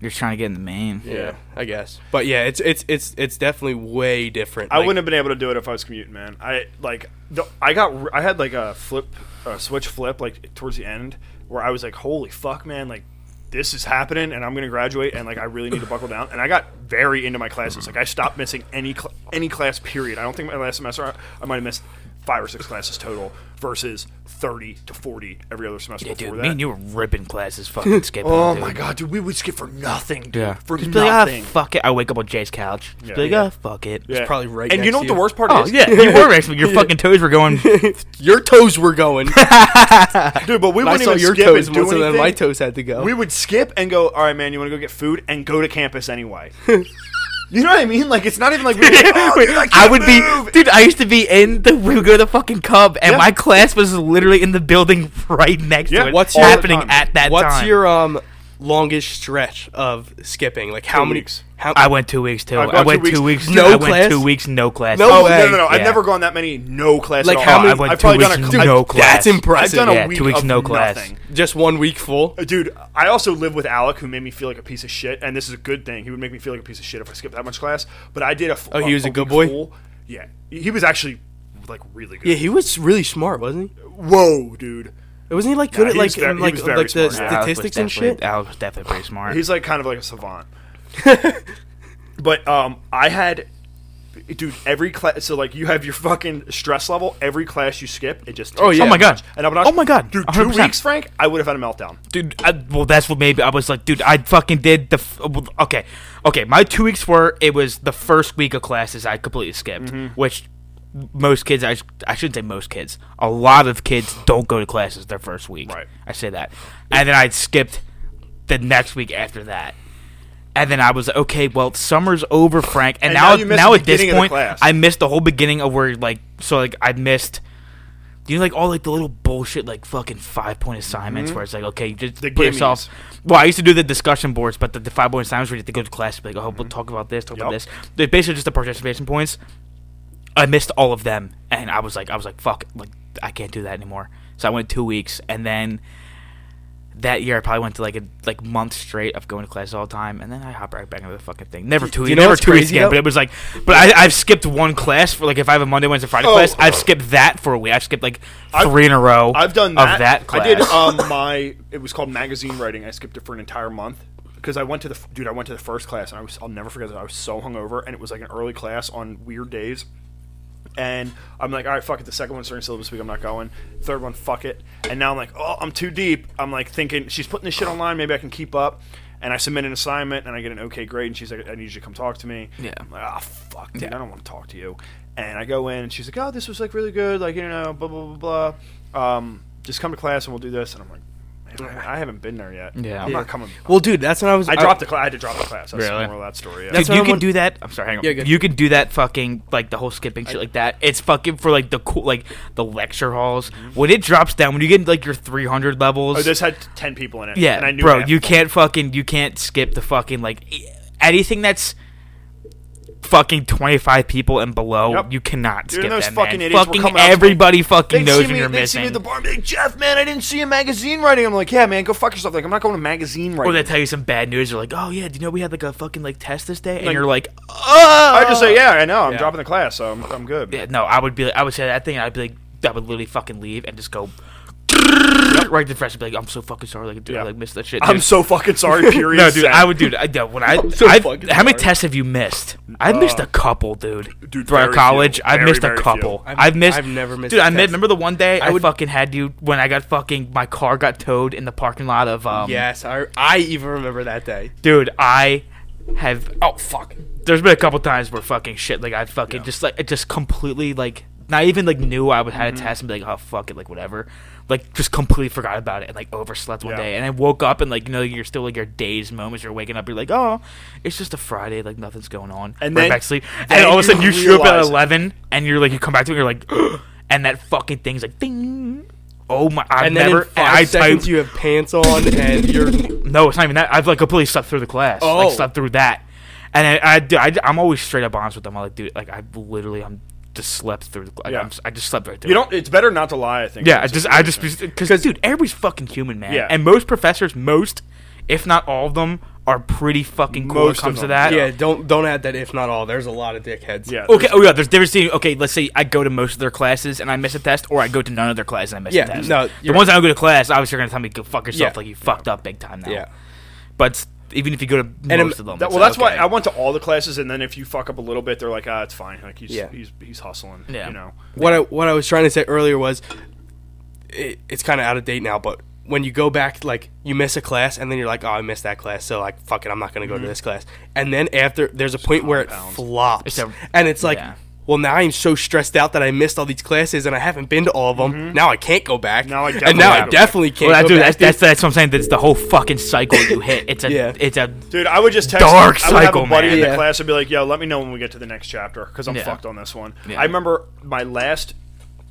A: You're just trying to get in the main.
B: Yeah, I guess. But yeah, it's it's it's it's definitely way different.
C: I
B: Like,
C: wouldn't have been able to do it if I was commuting, man. I like the, I got r- I had like a flip a switch flip like towards the end where I was like, holy fuck, man, like this is happening and I'm gonna graduate and like I really need to buckle down. And I got very into my classes. Like I stopped missing any cl- any class period. I don't think my last semester I, I might have missed five or six classes total versus thirty to forty every other semester
A: Yeah,
C: before
A: dude,
C: that.
A: me and you were ripping classes, fucking skipping.
C: oh
A: dude.
C: my god, dude, we would skip for nothing, dude.
A: Yeah.
C: For
A: Just be like, ah,
C: nothing.
A: fuck it. I wake up on Jay's couch. Just
C: Yeah.
A: be like,
C: Yeah.
A: ah, fuck it.
C: Yeah.
B: probably right
C: And you
B: next
C: know
B: to
C: what the
B: you.
C: worst part
A: Oh
C: is?
A: yeah, you were actually. Your fucking toes were going.
B: your toes were going.
C: dude. But we
B: I
C: wouldn't
B: saw
C: even
B: your
C: skip
B: toes
C: and do
B: more so than
C: anything.
B: my toes had to go.
C: We would skip and go, all right, man, you want to go get food and go to campus anyway. you know what I mean? Like, it's not even like, we were like, "Oh, dude, I,
A: I would be, dude. I used to be in the. We would go to the fucking Cub, and
C: Yeah.
A: my class was literally in the building right next
C: Yeah,
A: to it. What's
B: what's your-
A: happening
C: all the time.
A: at that
B: What's
A: time?
B: your um longest stretch of skipping? Like how
C: Two
B: many?
C: weeks.
B: How,
A: I went two weeks too.
C: I've
A: I
C: gone
A: went
C: two
A: two
C: weeks.
A: weeks.
B: No
A: I
B: class?
A: went two weeks. No class.
B: No
C: Oh,
B: way.
C: no, no, no. I've
A: Yeah.
C: never gone that many no class
B: Like,
C: at
B: how
C: all.
B: many-
A: I went
C: I've
A: two
C: probably
A: weeks.
C: done a cl-
A: no
C: I've-
A: class.
B: That's impressive.
C: I've done
A: yeah,
C: a week
A: two weeks.
C: of
A: no class.
C: nothing. Uh,
B: just one week full.
C: Dude, I also live with Alec, who made me feel like a piece of shit, and this is a good thing. He would make me feel like a piece of shit if I skipped that much class. But I did a. f-
B: Oh, he was a good boy?
C: week full. Yeah, he was actually like really good.
B: Yeah, he was really smart, wasn't he?
C: Whoa, dude.
B: Wasn't he like good
C: Nah,
B: at
C: he was
B: like
C: ver-
B: um,
C: he
B: like
C: was very
B: like the
C: smart.
A: Alex was
B: statistics and
A: definitely-
B: shit?
A: Alex was definitely pretty smart.
C: He's like kind of like a savant. but um, I had, dude, every class. So like, you have your fucking stress level. Every class you skip, it just.
B: Oh,
C: takes
B: yeah.
A: oh
C: up
A: my
C: a
A: god.
C: notch. And up a notch.
A: oh my god.
C: dude, 2
A: 100%.
C: weeks, Frank, I would have had a meltdown.
A: dude. I, well, that's what maybe I was like, dude. I fucking did the. F- well, okay, okay. My two weeks were it was the first week of classes I completely skipped,
C: Mm-hmm.
A: which most kids I sh- I shouldn't say most kids. A lot of kids don't go to classes their first week.
C: Right.
A: I say that, and then I skipped the next week after that. And then I was like, okay. Well, summer's over, Frank. And,
C: And now
A: now,
C: you
A: now,
C: missed the
A: at this
C: beginning of the
A: point,
C: class.
A: I missed the whole beginning of where like so like I missed you know, like all like the little bullshit, like fucking five point assignments,
B: Mm-hmm.
A: where it's like, okay, you just
C: The
A: put yourself. Well, I used to do the discussion boards, but the, the five point assignments where you have to go to class, be like, oh,
B: Mm-hmm.
A: we'll talk about this, talk about
C: Yup.
A: this. They're basically just the participation points. I missed all of them, and I was like, I was like, fuck, like I can't do that anymore. So I went two weeks, and then that year I probably went to like a like month straight of going to class all the time, and then I hop right back into the fucking thing. Never two,
B: you
A: weeks-
B: know
A: never
B: what's
A: two weeks
B: crazy,
A: again.
B: though?
A: But it was like, but I, I've skipped one class for like if I have a Monday, Wednesday, Friday
C: Oh.
A: class, I've skipped that for a week. I've skipped like three in a row.
C: I've done that.
A: of that class.
C: I did um my it was called magazine writing. I skipped it for an entire month because I went to the f- dude. I went to the first class and I was I'll never forget that I was so hungover and it was like an early class on weird days. And I'm like, all right, fuck it. The second one's during syllabus week. I'm not going. Third one, fuck it. And now I'm like, oh, I'm too deep. I'm like thinking she's putting this shit online. Maybe I can keep up. And I submit an assignment and I get an okay grade. And she's like, I need you to come talk to me.
A: Yeah.
C: I'm like, ah, fuck, dude, I don't want to talk to you. And I go in, and she's like, oh, this was like really good, like you know, blah blah blah blah. Um, just come to class and we'll do this. And I'm like, man, I I haven't been there yet.
A: Yeah.
C: I'm
A: Yeah.
C: not coming.
B: Well, dude, that's when I was.
C: I dropped the class. I had to drop the class. That's
A: Really?
C: the moral of that story. Yeah.
B: That's
A: Dude,
B: what
A: you
B: I'm
A: can
B: won-
A: do that. I'm sorry, hang on.
B: Yeah, go.
A: you can do that fucking like the whole skipping shit like that. It's fucking for like the cool like the lecture halls. When it drops down, when you get like your 300 levels,
C: Mm-hmm. oh, this had ten people in it.
A: yeah,
C: and I knew
A: bro,
C: half
A: you
C: of them.
A: can't fucking you can't skip the fucking like e- anything that's fucking 25 people and below.
C: Yep.
A: You cannot
C: Dude,
A: skip
C: those
A: that,
C: fucking
A: man.
C: idiots were
A: Fucking
C: coming up to me.
A: everybody fucking
C: They'd
A: knows
C: see
A: when
C: me,
A: you're
C: they'd see me
A: missing.
C: at the bar. and be Like, Jeff, man, I didn't see you magazine writing. I'm like, yeah, man, go fuck yourself. Like, I'm not going to magazine
A: or
C: writing.
A: they tell you some bad news. You're like, oh yeah, do you know we had like a fucking like test this day? And
C: Like-
A: you're like, oh.
C: I just say, yeah, I know. I'm
B: Yeah.
C: dropping the class, so I'm, I'm good.
A: Yeah, no, I would be. Like, I would say that thing. and I'd be like, I would literally fucking leave and just go right to the fresh. and Be like, I'm so fucking sorry. Like, dude,
C: Yeah.
A: I like missed that shit.
C: I'm
A: dude."
C: so fucking sorry. Period.
A: No, dude,
C: Send.
A: I would, dude. I no, when I,
B: so
A: I've-
B: fucking
A: how many
B: sorry.
A: tests have you missed? I've missed a couple, dude.
C: dude, very
A: throughout
C: few.
A: college, I've
C: Very,
A: missed a
C: very few.
A: couple.
B: I've-
A: I've, missed.
B: I've never missed
A: Dude,
B: a
A: I me-
B: test.
A: remember the one day I,
B: would-
A: fucking had you when I got fucking my car got towed in the parking lot of um.
B: Yes, I I even remember that day.
A: Dude, I have. Oh fuck. There's been a couple times where fucking shit like I fucking just like it just completely like not even like knew I would had a test and be like oh fuck it like whatever like just completely forgot about it and like overslept one
C: Yeah.
A: day and I woke up and like you know you're still like your days moments you're waking up you're like oh it's just a Friday like nothing's going on
C: And
A: We're
C: then-
A: back to sleep
C: then
A: and all of a sudden
C: you
A: you shoot up at
C: realize-
A: eleven and you're like you come back to it and you're like and that fucking thing's like ding oh my I've
B: And then
A: never
B: in five
A: I,
B: seconds,
A: I,
B: you have pants on and you're.
A: no, it's not even that. I've like completely slept through the class.
B: Oh.
A: Like slept through that. And I, I, dude, I, am always straight up honest with them. I'm like, dude, like I literally, I'm just slept through. The, like,
C: Yeah.
A: I'm, s- I just slept right through.
C: You
A: it.
C: don't. It's better not to lie. I think.
A: Yeah, I
C: It's
A: just, I just, because dude, everybody's fucking human, man.
C: Yeah.
A: And most professors, most, if not all of them, are pretty fucking cool
C: Most
A: when
C: of
A: it comes to
C: them,
A: that.
B: Yeah, don't don't add that if not all. There's a lot of dickheads.
C: Yeah.
A: Okay. Oh yeah. There's different. Seeing, okay. Let's say I go to most of their classes and I miss a test, or I go to none of their classes and I miss
B: Yeah,
A: a test.
B: no,
A: the
B: you're
A: ones that I go to class, obviously, are gonna tell me go fuck yourself.
B: Yeah.
A: Like you fucked up big time now.
B: Yeah.
A: But s- even if you go to
B: um,
A: most of them,
C: That-
A: it's
C: well, that's
A: okay.
C: why I went to all the classes, and then if you fuck up a little bit, they're like, ah, it's fine. Like he's
B: Yeah.
C: he's, he's hustling.
A: Yeah.
C: You know.
B: What I what I was trying to say earlier was, it, it's kind of out of date now. But when you go back, like you miss a class, and then you're like, oh, I missed that class, so like fuck it, I'm not gonna
A: Mm-hmm.
B: go to this class. And then after, there's a point where it
C: compounds.
B: flops,
A: It's a-
B: and it's like.
A: yeah.
B: Well, now I'm so stressed out that I missed all these classes and I haven't been to all of them.
A: Mm-hmm.
B: Now I can't go back.
C: Now I
B: and now I
C: definitely can't go back.
B: definitely can't.
A: Well, that,
B: go
A: dude,
B: back,
A: that's, that's that's what I'm saying. That's the whole fucking cycle you hit. It's a
B: Yeah.
A: it's a
C: Dude, I would just text
A: Dark
C: I would
A: cycle,
C: have a buddy
A: man.
C: in the
B: Yeah.
C: class and be like, "Yo, let me know when we get to the next chapter because I'm
A: Yeah.
C: fucked on this one."
A: Yeah.
C: I remember my last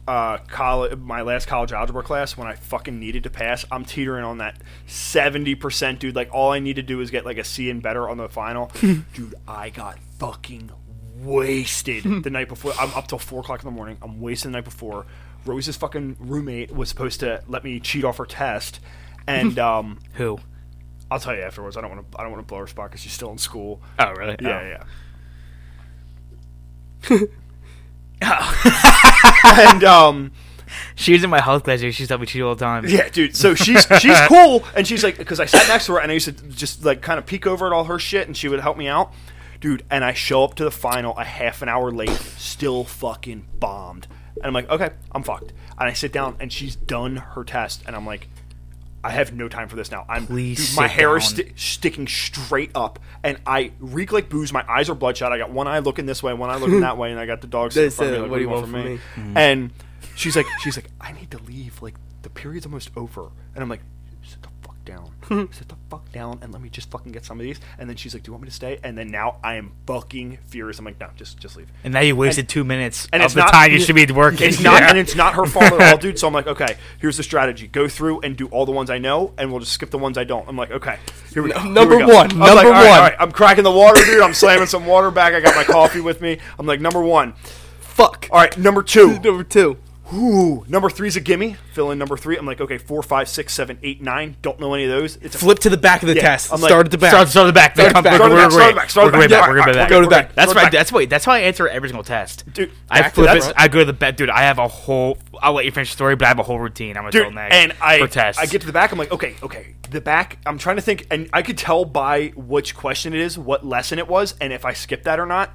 C: uh, college, my last college algebra class when I fucking needed to pass. I'm teetering on that seventy percent, dude. Like all I need to do is get like a C and better on the final, dude. I got fucking wasted the night before. I'm up till four o'clock in the morning. I'm wasted the night before. Rose's fucking roommate was supposed to let me cheat off her test, and um.
A: who.
C: I'll tell you afterwards. I don't want to. I don't want to blow her spot because she's still in school.
A: Oh really?
C: Yeah,
A: Oh.
C: yeah. and um,
A: She was in my health class. She used to tell me shit all the time.
C: yeah, dude. So she's she's cool, and she's like, because I sat next to her, and I used to just like kind of peek over at all her shit, and she would help me out, dude. And I show up to the final a half an hour late, still fucking bombed. And I'm like, okay, I'm fucked. And I sit down, and she's done her test, and I'm like, I have no time for this now. I'm
A: Please
C: dude, my
A: sit
C: hair is
A: down.
C: sti- sticking straight up, and I reek like booze. My eyes are bloodshot. I got one eye looking this way, one eye looking that way, and I got the dog sitting in
B: They
C: front of me.
B: said,
C: Like,
B: "What do you want from
A: Mm.
C: And she's like, she's like, I need to leave. Like the period's almost over, and I'm like, sit the fuck down, sit the fuck down, and let me just fucking get some of these. And then she's like, do you want me to stay? And then now I am fucking furious. I'm like, no, just just leave.
A: And now you wasted two minutes
C: and
A: of
C: it's
A: the
C: not-
A: time you should be working.
C: It's not,
A: Yeah.
C: and it's not her fault at all, dude. So I'm like, okay, here's the strategy: go through and do all the ones I know, and we'll just skip the ones I don't. I'm like, okay, here we go. here we
B: number
C: go.
B: one,
C: I'm
B: number
C: like, all right,
B: one.
C: all right, I'm cracking the water, dude. I'm slamming some water back. I got my coffee with me. I'm like, number one.
B: fuck.
C: All right, number two.
B: Number two.
C: Ooh, number three's a gimme. Fill in number three. I'm like, okay, four, five, six, seven, eight, nine. Don't know any of those. It's a
B: Flip to the back of the
C: Yeah,
B: test.
C: I'm like-
B: start at the back.
A: Start, start the back.
B: Start
A: Come-
B: the back.
A: we're-
B: Start the
A: we're
C: back, start
A: way-
C: the back, start the
A: we're way
C: back.
A: back, we're way
C: Alright,
A: back.
C: go to the back,
A: That's
C: go to
A: why.
C: the back.
A: That's why. That's why I answer every single test.
C: Dude,
A: I
B: back to
A: flip
B: that
A: it.
B: front.
A: I go to the back. Dude, I have a whole. I'll let you finish the story, but I have a whole routine. I'm gonna
C: Dude,
A: tell next.
C: and I
A: for tests.
C: I get to the back. I'm like, okay, okay. The back. I'm trying to think, and I could tell by which question it is, what lesson it was, and if I skip that or not.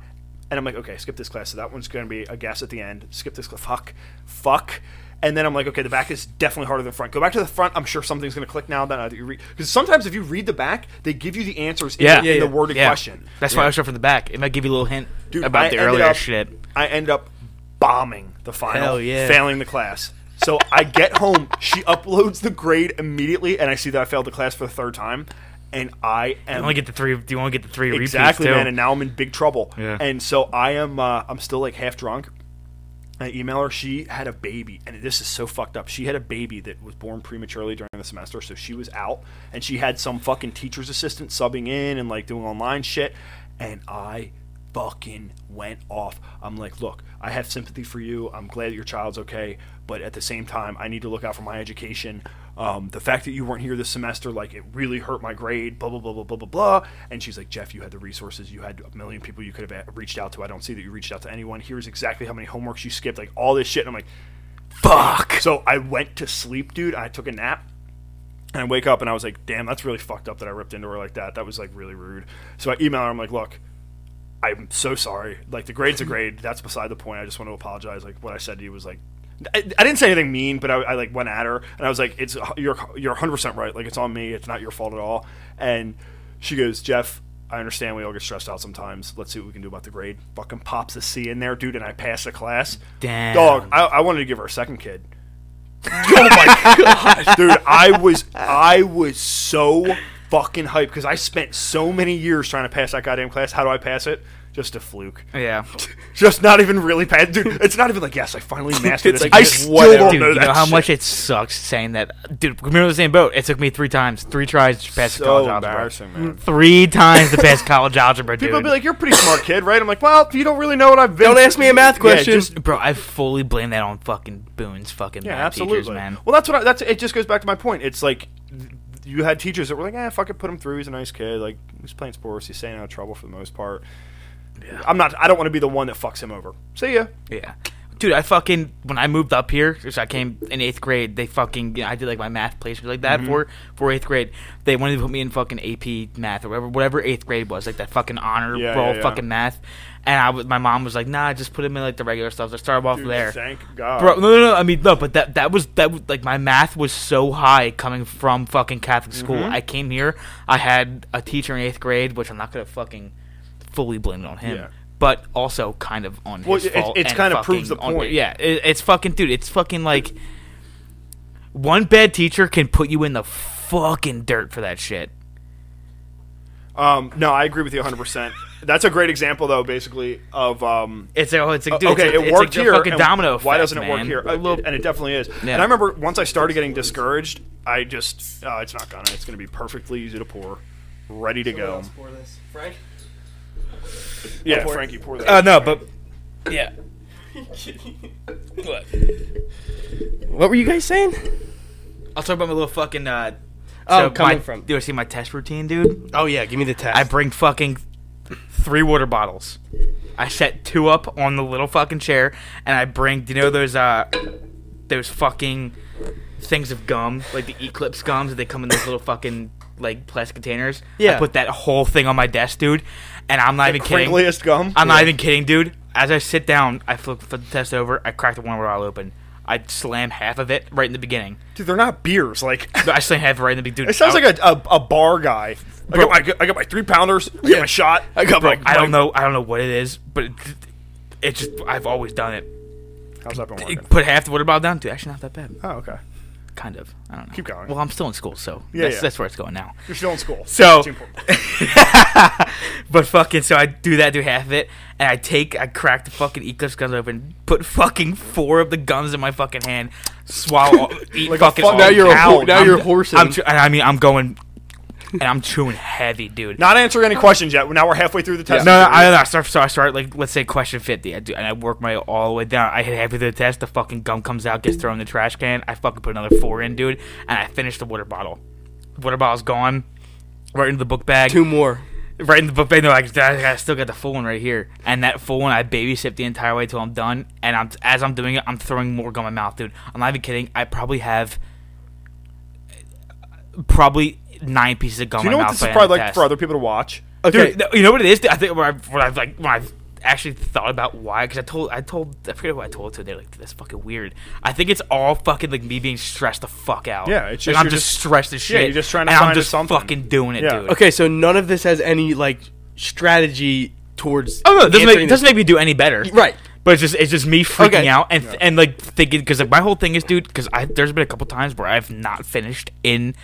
C: And I'm like, okay, skip this class. So that one's going to be a guess at the end. Skip this. cla- Fuck, fuck. And then I'm like, okay, the back is definitely harder than the front. Go back to the front. I'm sure something's going to click now that I- that you read. Because sometimes if you read the back, they give you the answers in,
A: yeah,
C: the, in the worded
A: Yeah.
C: question.
A: That's why I start from the back. It might give you a little hint
C: Dude,
A: about
C: I
A: the
C: ended
A: earlier
C: up-
A: shit.
C: I end up bombing the final,
A: Hell yeah.
C: failing the class. So I get home, she uploads the grade immediately, and I see that I failed the class for the third time, and I
A: You
C: am
A: only get the three. You only get the three
C: exactly
A: repeats too.
C: man, and now I'm in big trouble.
A: Yeah.
C: And so I am, uh, I'm still like half drunk. I email her. She had a baby, and this is so fucked up. She had a baby that was born prematurely during the semester, so she was out, and she had some fucking teacher's assistant subbing in and like doing online shit, and I fucking went off. I'm like, look, I have sympathy for you. I'm glad that your child's okay, but at the same time, I need to look out for my education. Um, the fact that you weren't here this semester, like, it really hurt my grade. Blah blah blah blah blah blah blah. And she's like, Jeff, you had the resources. You had a million people you could have a- reached out to. I don't see that you reached out to anyone. Here's exactly how many homeworks you skipped. Like all this shit. And I'm like,
A: fuck.
C: so I went to sleep, dude. I took a nap. And I wake up and I was like, damn, that's really fucked up that I ripped into her like that. That was like really rude. So I email her. I'm like, look, I'm so sorry. Like, the grade's a grade. That's beside the point. I just want to apologize. Like, what I said to you was like, I, I didn't say anything mean, but I, I like went at her and I was like, it's uh, you're you're 100 percent right. Like, it's on me. It's not your fault at all. And she goes, Jeff, I understand we all get stressed out sometimes. Let's see what we can do about the grade. Fucking pops a C in there, dude, and I pass the class.
A: Damn.
C: dog. I, I wanted to give her a second kid. oh my god, dude! I was I was so fucking hyped because I spent so many years trying to pass that goddamn class. How do I pass it? Just a fluke.
A: Yeah.
C: Just not even really pass, dude. It's not even like yes, I finally mastered
B: It's
C: this.
B: like,
C: I
B: just
C: still
B: whatever.
C: don't
A: Dude,
C: know
A: you
C: that.
A: know how
C: shit.
A: much it sucks saying that. Dude, we're in the same boat. It took me three times, three tries to pass the college
C: so
A: algebra.
C: embarrassing, man.
A: Three times to pass college algebra, dude.
C: People be like, "You're a pretty smart kid, right?" I'm like, "Well, you don't really know what I've been."
B: Don't ask me a math question.
C: Yeah, just-
A: Bro, I fully blame that on fucking Boone's fucking
C: yeah,
A: math
C: absolutely.
A: teachers, man.
C: Well, that's what I, that's. It just goes back to my point. It's like th- you had teachers that were like, "Eh, fuck it, put him through. He's a nice kid. Like he's playing sports. He's staying out of trouble for the most part." I'm not. I don't want to be the one that fucks him over. See ya.
A: Yeah. Dude, I fucking when I moved up here, so I came in eighth grade. They fucking I did like my math placement like that
C: Mm-hmm.
A: for for eighth grade. They wanted to put me in fucking AP math or whatever whatever eighth grade was like that fucking honor
C: Yeah,
A: roll
C: yeah, yeah.
A: fucking math. And I was my mom was like, nah, just put him in like the regular stuff. So I started off there.
C: Thank God.
A: Bro, no, no, no. I mean, no, but that that was that was, like my math was so high coming from fucking Catholic school.
C: Mm-hmm.
A: I came here. I had a teacher in eighth grade, which I'm not gonna fucking fully blame it on him,
C: Yeah.
A: but also kind of on
C: Well,
A: his
C: it's-
A: fault.
C: it's
A: and
C: kinda proves
A: fucking
C: the point.
A: yeah, it, it's fucking dude. It's fucking like one bad teacher can put you in the fucking dirt for that shit.
C: Um, no, I agree with you 100. percent That's a great example, though. Basically, of um,
A: It's like, oh, it's like dude,
C: okay,
A: it's like,
C: it
A: it's
C: worked
A: like the
C: here.
A: Fucking
C: and
A: domino.
C: why
A: effect,
C: doesn't it work
A: man.
C: here?
A: Well,
C: and it definitely is. And
A: Yeah.
C: I remember once I started getting discouraged, I just uh, it's not gonna. It's gonna be perfectly easy to pour, ready to go.
B: Pour this, Frank.
C: Yeah, Frankie, pour that.
A: Uh, no, but yeah.
B: What were you guys saying?
A: I'll talk about my little fucking. Uh,
B: Oh, coming
A: my,
B: from-
A: Do I see my test routine, dude?
B: Oh yeah, give me the test.
A: I bring fucking three water bottles. I set two up on the little fucking chair, and I bring. Do you know those uh, those fucking things of gum, like the Eclipse gums that they come in those little fucking like plastic containers?
B: Yeah.
A: I put that whole thing on my desk, dude, and I'm not even kidding.
C: Cringliest gum.
A: I'm not even kidding, dude. As I sit down, I flip flip the test over. I crack the one water bottle open. I slam half of it right in the beginning.
C: Dude, they're not beers. Like
A: No, I still have it right in the beginning.
C: it sounds like a, a, a bar guy. I
A: Bro.
C: got, my, I got my three pounders. I got my shot. I got
A: Bro,
C: my.
A: I don't know. I don't know what it is, but it, it just. I've always done it.
C: How's that been working?
A: Put half the water bottle down. Dude, actually not that bad.
C: Oh, okay.
A: Kind of. I don't know.
C: Keep going.
A: Well, I'm still in school, so
C: Yeah,
A: that's,
C: yeah.
A: that's where it's going now.
C: You're still in school.
A: So-
C: It's important.
A: But fucking, so I do that, do half of it, and I take, I crack the fucking Eclipse guns open, put fucking four of the gums in my fucking hand, swallow, all- eat
C: Like a
A: fucking.
C: fuck-
A: all
C: now you're a
A: down.
B: ho- now
A: I'm-
B: you're horsing.
A: I'm chew- and I mean, I'm going, and I'm chewing heavy, dude.
C: not answering any questions yet. Now we're halfway through the test.
A: Uh, No, no, I don't know. I start, so I start like let's say question fifty. I do, and I work my all the way down. I hit half of the test. The fucking gum comes out, gets thrown in the trash can. I fucking put another four in, dude, and I finish the water bottle. Water bottle's gone, right into the book bag.
B: two more.
A: Right in the book bag. No, I, I, I still got the full one right here, and that full one I babysit the entire way till I'm done. And I'm as I'm doing it, I'm throwing more gum in my mouth, dude. I'm not even kidding. I probably have probably nine pieces of gum.
C: Do you
A: in
C: know
A: my
C: what
A: mouth
C: this
A: by
C: is
A: the end of
C: probably
A: the
C: like
A: test.
C: for other people to watch?
B: Okay.
A: Dude, th- you know what it is? dude? I think when I when I've like when I've actually thought about why, because I told I told I forget who I told it to. They're like, "That's fucking weird." I think it's all fucking like me being stressed the fuck out.
C: Yeah, it's
A: Like,
C: just-
A: I'm
C: you're
A: just,
C: just-
A: stressed as
C: yeah,
A: shit.
C: you're just trying to
A: and
C: find
A: I'm just
C: something.
A: fucking doing it,
C: Yeah.
A: dude.
B: Okay, so none of this has any like strategy towards.
A: Oh no, it doesn't make,
B: answering
A: it
B: this-
A: doesn't make me do any better.
B: Right.
A: But it's just it's just me freaking
B: Okay.
A: out and and like thinking because like my whole thing is, dude, because I there's been a couple times where I've not finished in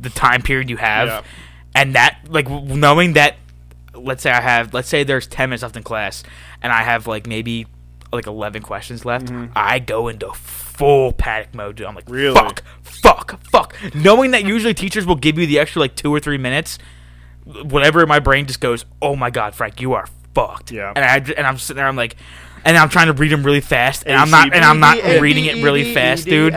A: the time period you have,
C: Yeah.
A: and that like w- knowing that, let's say I have let's say there's ten minutes left in class, and I have like maybe like eleven questions left, I go into full panic mode, dude. I'm like,
C: Mm-hmm. Really?
A: fuck, fuck, fuck. Knowing that usually teachers will give you the extra like two or three minutes, whatever in my brain just goes, "Oh my god, Frank, you are fucked."
C: Yeah.
A: And I j- and I'm sitting there, I'm like, and I'm trying to read them really fast, and I'm not and I'm not reading it really fast, dude.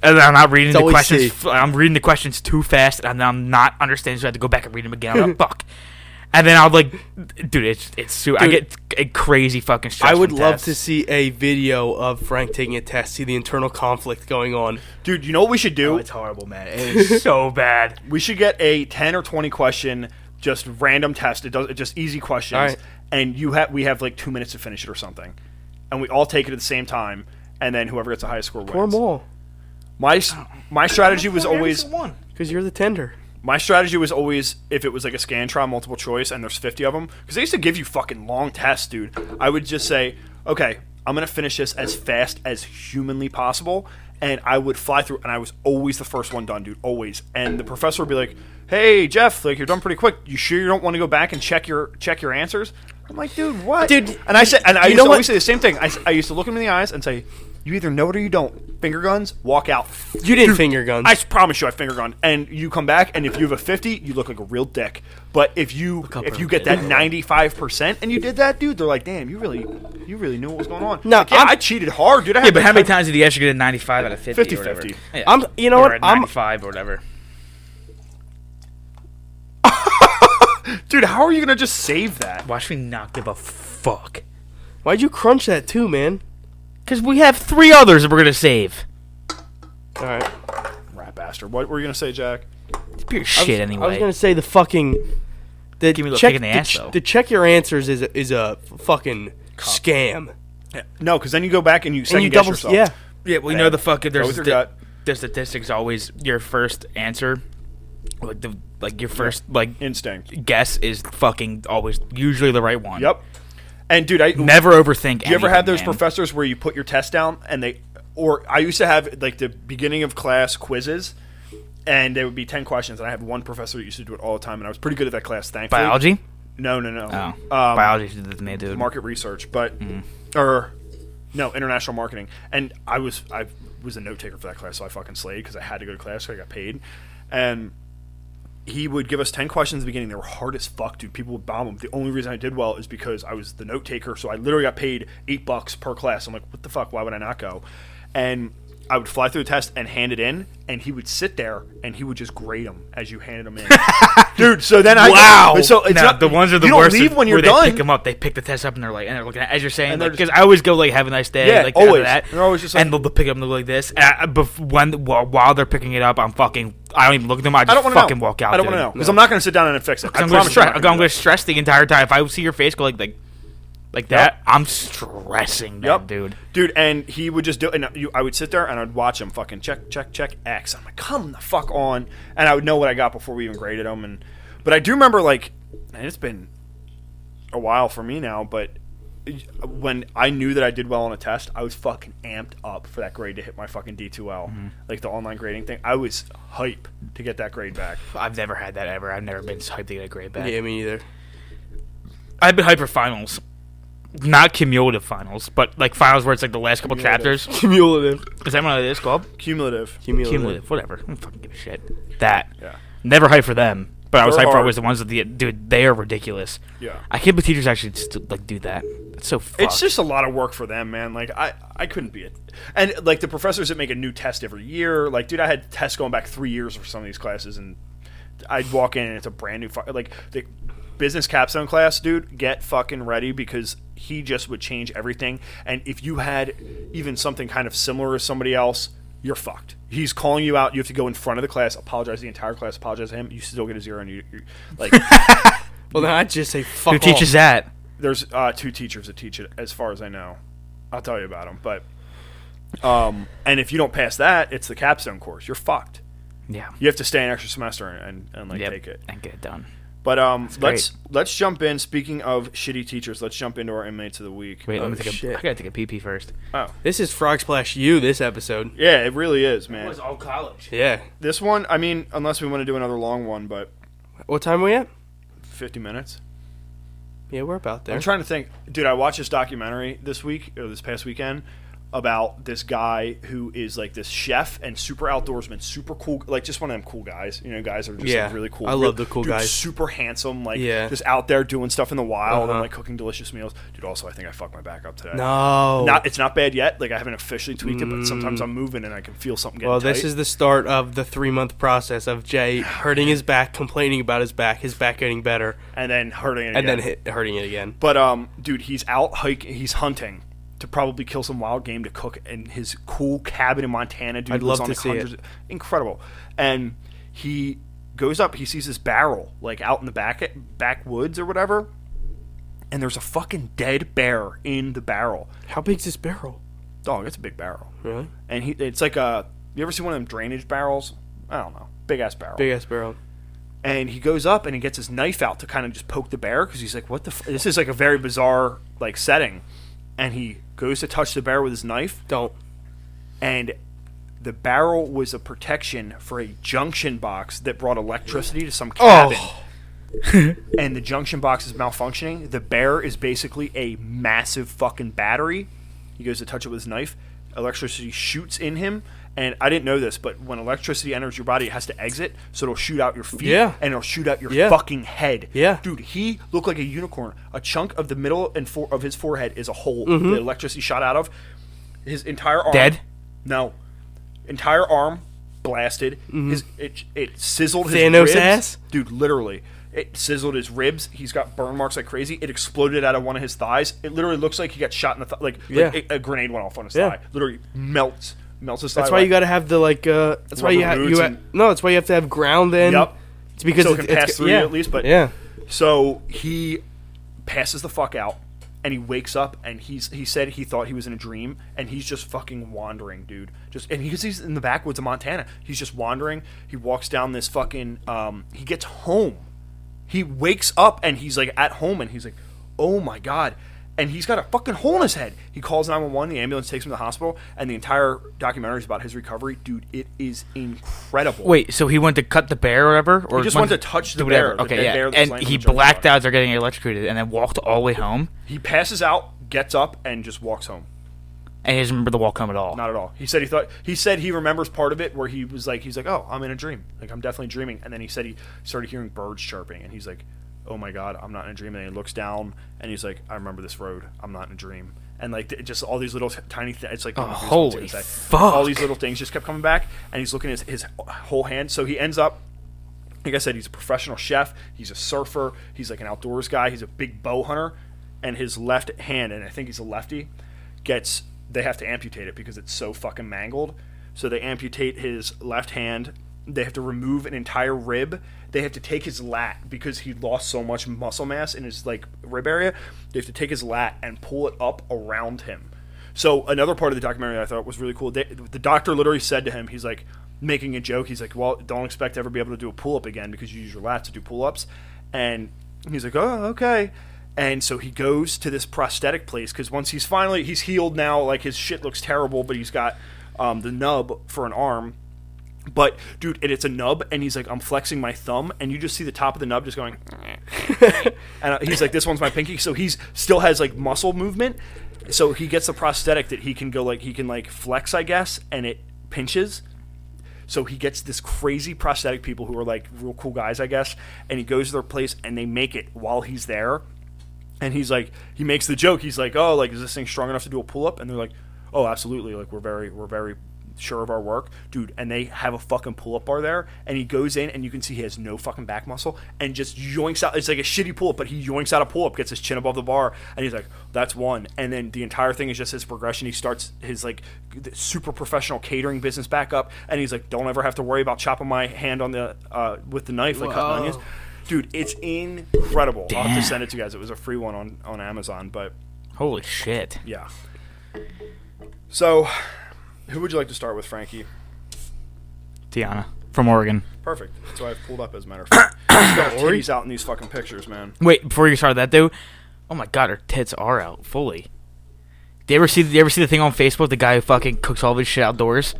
A: And I'm not reading the
B: always
A: questions.
B: C.
A: f- I'm reading the questions too fast, and I'm not understanding. So I have to go back and read them again. I'm like, fuck. And then I'll like, dude, it's it's. Su- I
B: Dude.
A: get c- crazy fucking stress.
B: I would
A: from
B: love
A: tests.
B: to see a video of Frank taking a test, see the internal conflict going on.
C: Dude, you know what we should do?
A: Oh, It's horrible, man. It is so bad.
C: we should get a 10 or 20 question just random test. It does just easy questions
B: All right.
C: and you have we have like 2 minutes to finish it or something. And we all take it at the same time and then whoever gets the highest score wins.
B: Or more,
C: My s- my strategy was always
A: one.
B: because you're the tender.
C: my strategy was always if it was like a Scantron multiple choice and there's 50 of them, because they used to give you fucking long tests, dude. I would just say, okay, I'm gonna finish this as fast as humanly possible, and I would fly through, and I was always the first one done, dude, always. And the professor would be like, "Hey, Jeff, like you're done pretty quick. You sure you don't want to go back and check your check your answers?" I'm like, dude, what,
B: Dude,
C: And I said, and I
B: you
C: used
B: know
C: to
B: what?
C: always say the same thing. I, s- I used to look him in the eyes and say, "You either know it or you don't." Finger guns, walk out.
B: You didn't finger guns.
C: I s- promise you, I finger gun. And you come back, and if you have a fifty, you look like a real dick. But if you
A: up
C: if
A: real
C: you get
A: dick.
C: that ninety five percent, and you did that, dude, they're like, damn, you really you really knew what was going on.
B: No,
C: Like, yeah,
B: I'm-
C: I cheated hard, dude. I
A: Yeah,
C: had
A: but
C: to
A: how many
C: cut-
A: times did you actually get a 95 out of 50?
C: 50,
A: or whatever?
C: 50.
A: Yeah.
B: I'm- you know
A: Or
B: what?
A: a
B: I'm-
A: 95 or whatever.
C: Dude, how are you gonna just save that?
A: Watch me not give a fuck.
B: Why'd you crunch that too, man?
A: Because we have three others that we're gonna save.
B: All right.
C: Rat bastard. What were you gonna say, Jack?
A: It's pure shit anyway.
B: I was gonna say the fucking. The
A: Give me a little
B: check,
A: kick in the ass,
B: ch-
A: though.
B: the check your answers is a, is a fucking scam.
C: No, because then you go back and you second
B: And you
C: guess
B: double,
C: yourself.
B: yeah.
A: yeah, we know the fuck. There's
C: with your
A: sti-
C: gut.
A: there's statistics always. Your first answer, like the like your first like
C: Instinct.
A: guess is fucking always usually the right one.
C: Yep. And dude, I
A: Never overthink.
C: Do you ever have those
A: man.
C: professors where you put your test down and they, or I used to have like the beginning of class quizzes, and there would be ten questions, and I had one professor that used to do it all the time, and I was pretty good at that class. Thankfully,
A: biology?
C: No, no, no.
A: Oh,
C: Um,
A: biology did that to me, dude. Mm-hmm.
C: market research, but or no international marketing, and I was I was a note taker for that class, so I fucking slayed because I had to go to class, 'cause I got paid, and he would give us 10 questions at the beginning. They were hard as fuck, dude. People would bomb them. The only reason I did well is because I was the note taker. So I literally got paid eight bucks per class. I'm like, what the fuck? Why would I not go? And I would fly through the test and hand it in. And he would sit there and he would just grade them as you handed them in. dude, so then I.
A: Wow.
C: but So it's
A: No,
C: not,
A: the ones are the
C: you don't
A: worst.
C: leave when
A: where
C: you're
A: they
C: done.
A: pick them up. They pick the test up and they're like, and they're looking at as you're saying,
C: And they're
A: because
C: just-
A: I always go like, have a nice day.
C: Yeah,
A: like, always.
C: always.
A: That.
C: They're always just like-
A: and they'll, they'll pick them. They'll go like this. And I, bef- when while, while they're picking it up, I'm fucking. I don't even look at them. I just
C: I don't want to
A: fucking
C: know.
A: walk out.
C: I don't
A: dude.
C: want to know because I'm not going to sit down and fix it. I
A: I'm, gonna
C: promise you
A: stress,
C: I'm
A: I'm
C: not gonna do
A: gonna stress the entire time. If I see your face go like like, like that, I'm stressing.
C: that.
A: Them, dude.
C: Dude, and he would just do. And you, I would sit there and I'd watch him fucking check, check, check X. I'm like, come the fuck on, and I would know what I got before we even graded him. And but I do remember like, and it's been a while for me now, but when I knew that I did well on a test, I was fucking amped up for that grade to hit my fucking D2L,
A: Mm-hmm.
C: like the online grading thing. I was hype to get that grade back.
A: I've never had that ever. I've never been so hyped to get a grade back.
B: Yeah, me either.
A: I've been hyped for finals, not cumulative finals, but like finals where it's like the last couple chapters.
B: Cumulative.
A: Is that what it is called?
C: Cumulative.
B: Cumulative.
A: Cumulative, whatever. I don't fucking give a shit. That.
C: Yeah.
A: Never hyped for them, but I was
C: They're
A: hyped for
C: hard.
A: always the ones that the dude they are ridiculous.
C: Yeah.
A: I can't believe teachers actually st- like do that. That's so fucked.
C: It's just a lot of work for them, man. Like I, I couldn't be it. And like the professors that make a new test every year. Like, dude, I had tests going back three years for some of these classes, and I'd walk in and it's a brand new fu- like the business capstone class, dude. Get fucking ready because he just would change everything. And if you had even something kind of similar to somebody else, you're fucked. He's calling you out. You have to go in front of the class, apologize to the entire class, apologize to him. You still get a zero, and you, you like
B: Well, then I'd just say fuck
A: who teaches
B: off.
A: that?
C: there's uh, two teachers that teach it, as far as I know. I'll tell you about them, but um, and if you don't pass that, it's the capstone course. You're fucked.
A: Yeah.
C: You have to stay an extra semester and, and, and like
A: Yep.
C: take it.
A: And get it done.
C: But um, let's let's jump in. Speaking of shitty teachers, let's jump into our inmates of the week.
A: Wait, let
B: Oh,
A: me take
B: shit.
A: a. I gotta take a pee pee first.
C: Oh,
B: This is Frog Splash U this episode.
C: yeah, it really is, man.
A: all college.
B: Yeah.
C: This one, I mean, unless we want to do another long one, but
B: What time are we at?
C: 50 minutes.
B: Yeah, we're about there.
C: I'm trying to think, dude. I watched this documentary this week or this past weekend about this guy who is like this chef and super outdoorsman, super cool, like just one of them cool guys. You know, guys that are just
B: Yeah.
C: like, really cool.
B: I
C: real-
B: love the cool
C: dude,
B: guys.
C: Super handsome, like
B: Yeah.
C: just out there doing stuff in the wild and
B: Uh-huh.
C: like cooking delicious meals. Dude, also I think I fucked my back up today.
B: no.
C: Not it's not bad yet. Like I haven't officially tweaked it, but sometimes I'm moving and I can feel something getting
B: Mm. well, this
C: tight.
B: is the start of the three month process of Jay hurting his back, complaining about his back, his back getting better,
C: and then hurting it
B: and
C: again.
B: then hit, hurting it again.
C: But um, dude, he's out hiking. He's hunting to probably kill some wild game to cook in his cool cabin in Montana. Dude,
B: I'd
C: lives
B: love
C: on
B: to
C: like
B: see it.
C: hundreds- Incredible. And he goes up. He sees this barrel like out in the back backwoods or whatever. And there's a fucking dead bear in the barrel.
B: How big's this barrel?
C: Dog, it's a big barrel.
B: Really?
C: And he, it's like a. You ever see one of them drainage barrels? I don't know. Big ass barrel
B: Big ass barrel.
C: and he goes up and he gets his knife out to kind of just poke the bear because he's like, "What the? F-? This is like a very bizarre like setting." And he goes to touch the bear with his knife,
B: Don't.
C: and the barrel was a protection for a junction box that brought electricity to some cabin.
B: Oh.
C: and the junction box is malfunctioning. The bear is basically a massive fucking battery. He goes to touch it with his knife. Electricity shoots in him. And I didn't know this, but when electricity enters your body, it has to exit, so it'll shoot out your feet
B: Yeah.
C: and it'll shoot out your
B: Yeah.
C: fucking head.
B: Yeah.
C: dude, he looked like a unicorn. A chunk of the middle and for- of his forehead is a hole
B: Mm-hmm.
C: that electricity shot out of. His entire arm
A: Dead?
C: no, entire arm blasted. His it it sizzled his
B: Mm-hmm. Thanos
C: ribs.
B: ass?
C: dude. Literally, It sizzled his ribs. He's got burn marks like crazy. It exploded out of one of his thighs. It literally looks like he got shot in the thigh. Like, like
B: Yeah.
C: a, a grenade went off on his
B: Yeah.
C: thigh. Literally melts, melts his thigh.
B: That's why you
C: like-
B: got to have the like. Uh, that's why you
C: Rubber
B: have you
C: boots
B: ha-
C: and-
B: no. That's why you have to have ground in.
C: Yep.
B: It's because
C: so it
B: it's,
C: can pass
B: it's-
C: through you
B: yeah.
C: at least. But
B: yeah,
C: So he passes the fuck out, and he wakes up, and he's he said he thought he was in a dream, and he's just fucking wandering, dude. Just and because he's in the backwoods of Montana, he's just wandering. He walks down this fucking. Um, he gets home. He wakes up and he's like at home, and he's like, oh my god. And he's got a fucking hole in his head. He calls 911. The ambulance takes him to the hospital, and the entire documentary is about his recovery. Dude, it is incredible.
A: Wait, so he went to cut the bear or whatever, or
C: He just went to touch the
A: do whatever.
C: bear, the
A: okay,
C: dead
A: yeah,
C: bear that's
A: and
C: laying on
A: he
C: the junkyard.
A: blacked out after getting electrocuted, and then walked all the way home,
C: He passes out, gets up, and just walks home.
A: and he doesn't remember the walk home at all.
C: Not at all. He said he thought he said he remembers part of it where he was like he's like oh I'm in a dream like I'm definitely dreaming and then he said he started hearing birds chirping and he's like oh my god I'm not in a dream and then he looks down and he's like I remember this road I'm not in a dream and like th- just all these little t- tiny th- it's like oh,
A: holy
C: all
A: fuck.
C: these little things just kept coming back and he's looking at his, his whole hand so he ends up like I said, he's a professional chef. He's a surfer. He's like an outdoors guy. He's a big bow hunter, and his left hand, and I think he's a lefty, gets they have to amputate it because it's so fucking mangled. So they amputate his left hand. They have to remove an entire rib. They have to take his lat because he lost so much muscle mass in his like rib area. They have to take his lat and pull it up around him. So another part of the documentary I thought was really cool. They, the doctor literally said to him, he's like making a joke. He's like, "Well, don't expect to ever be able to do a pull up again because you use your lats to do pull ups," and he's like, "Oh, okay." And so he goes to this prosthetic place because once he's finally he's healed now, like his shit looks terrible, but he's got um, the nub for an arm. But dude, and it's a nub, and he's like, I'm flexing my thumb, and you just see the top of the nub just going, and uh, he's like, this one's my pinky. So he's still has like muscle movement. So he gets a prosthetic that he can go like he can like flex, I guess, and it pinches. So he gets this crazy prosthetic people who are like real cool guys, I guess, and he goes to their place and they make it while he's there. And he's like, he makes the joke. He's like, oh, like is this thing strong enough to do a pull up? And they're like, oh, absolutely. Like we're very, we're very sure of our work, dude. And they have a fucking pull up bar there. And he goes in, and you can see he has no fucking back muscle, and just yoinks out. It's like a shitty pull up, but he yoinks out a pull up, gets his chin above the bar, and he's like, that's one. And then the entire thing is just his progression. He starts his like super professional catering business back up, and he's like, don't ever have to worry about chopping my hand on the uh, with the knife like cutting onions. Dude, it's incredible. I'll have to send it to you guys. It was a free one on, on Amazon, but
A: Holy shit!
C: yeah. So, who would you like to start with, Frankie?
A: Tiana from Oregon.
C: Perfect. That's why I've pulled up, as a matter of fact. She's got titties out in these fucking pictures, man.
A: Wait, before you start that though, oh my god, her tits are out fully. Do you ever see? Do you ever see the thing on Facebook? The guy who fucking cooks all of his shit outdoors,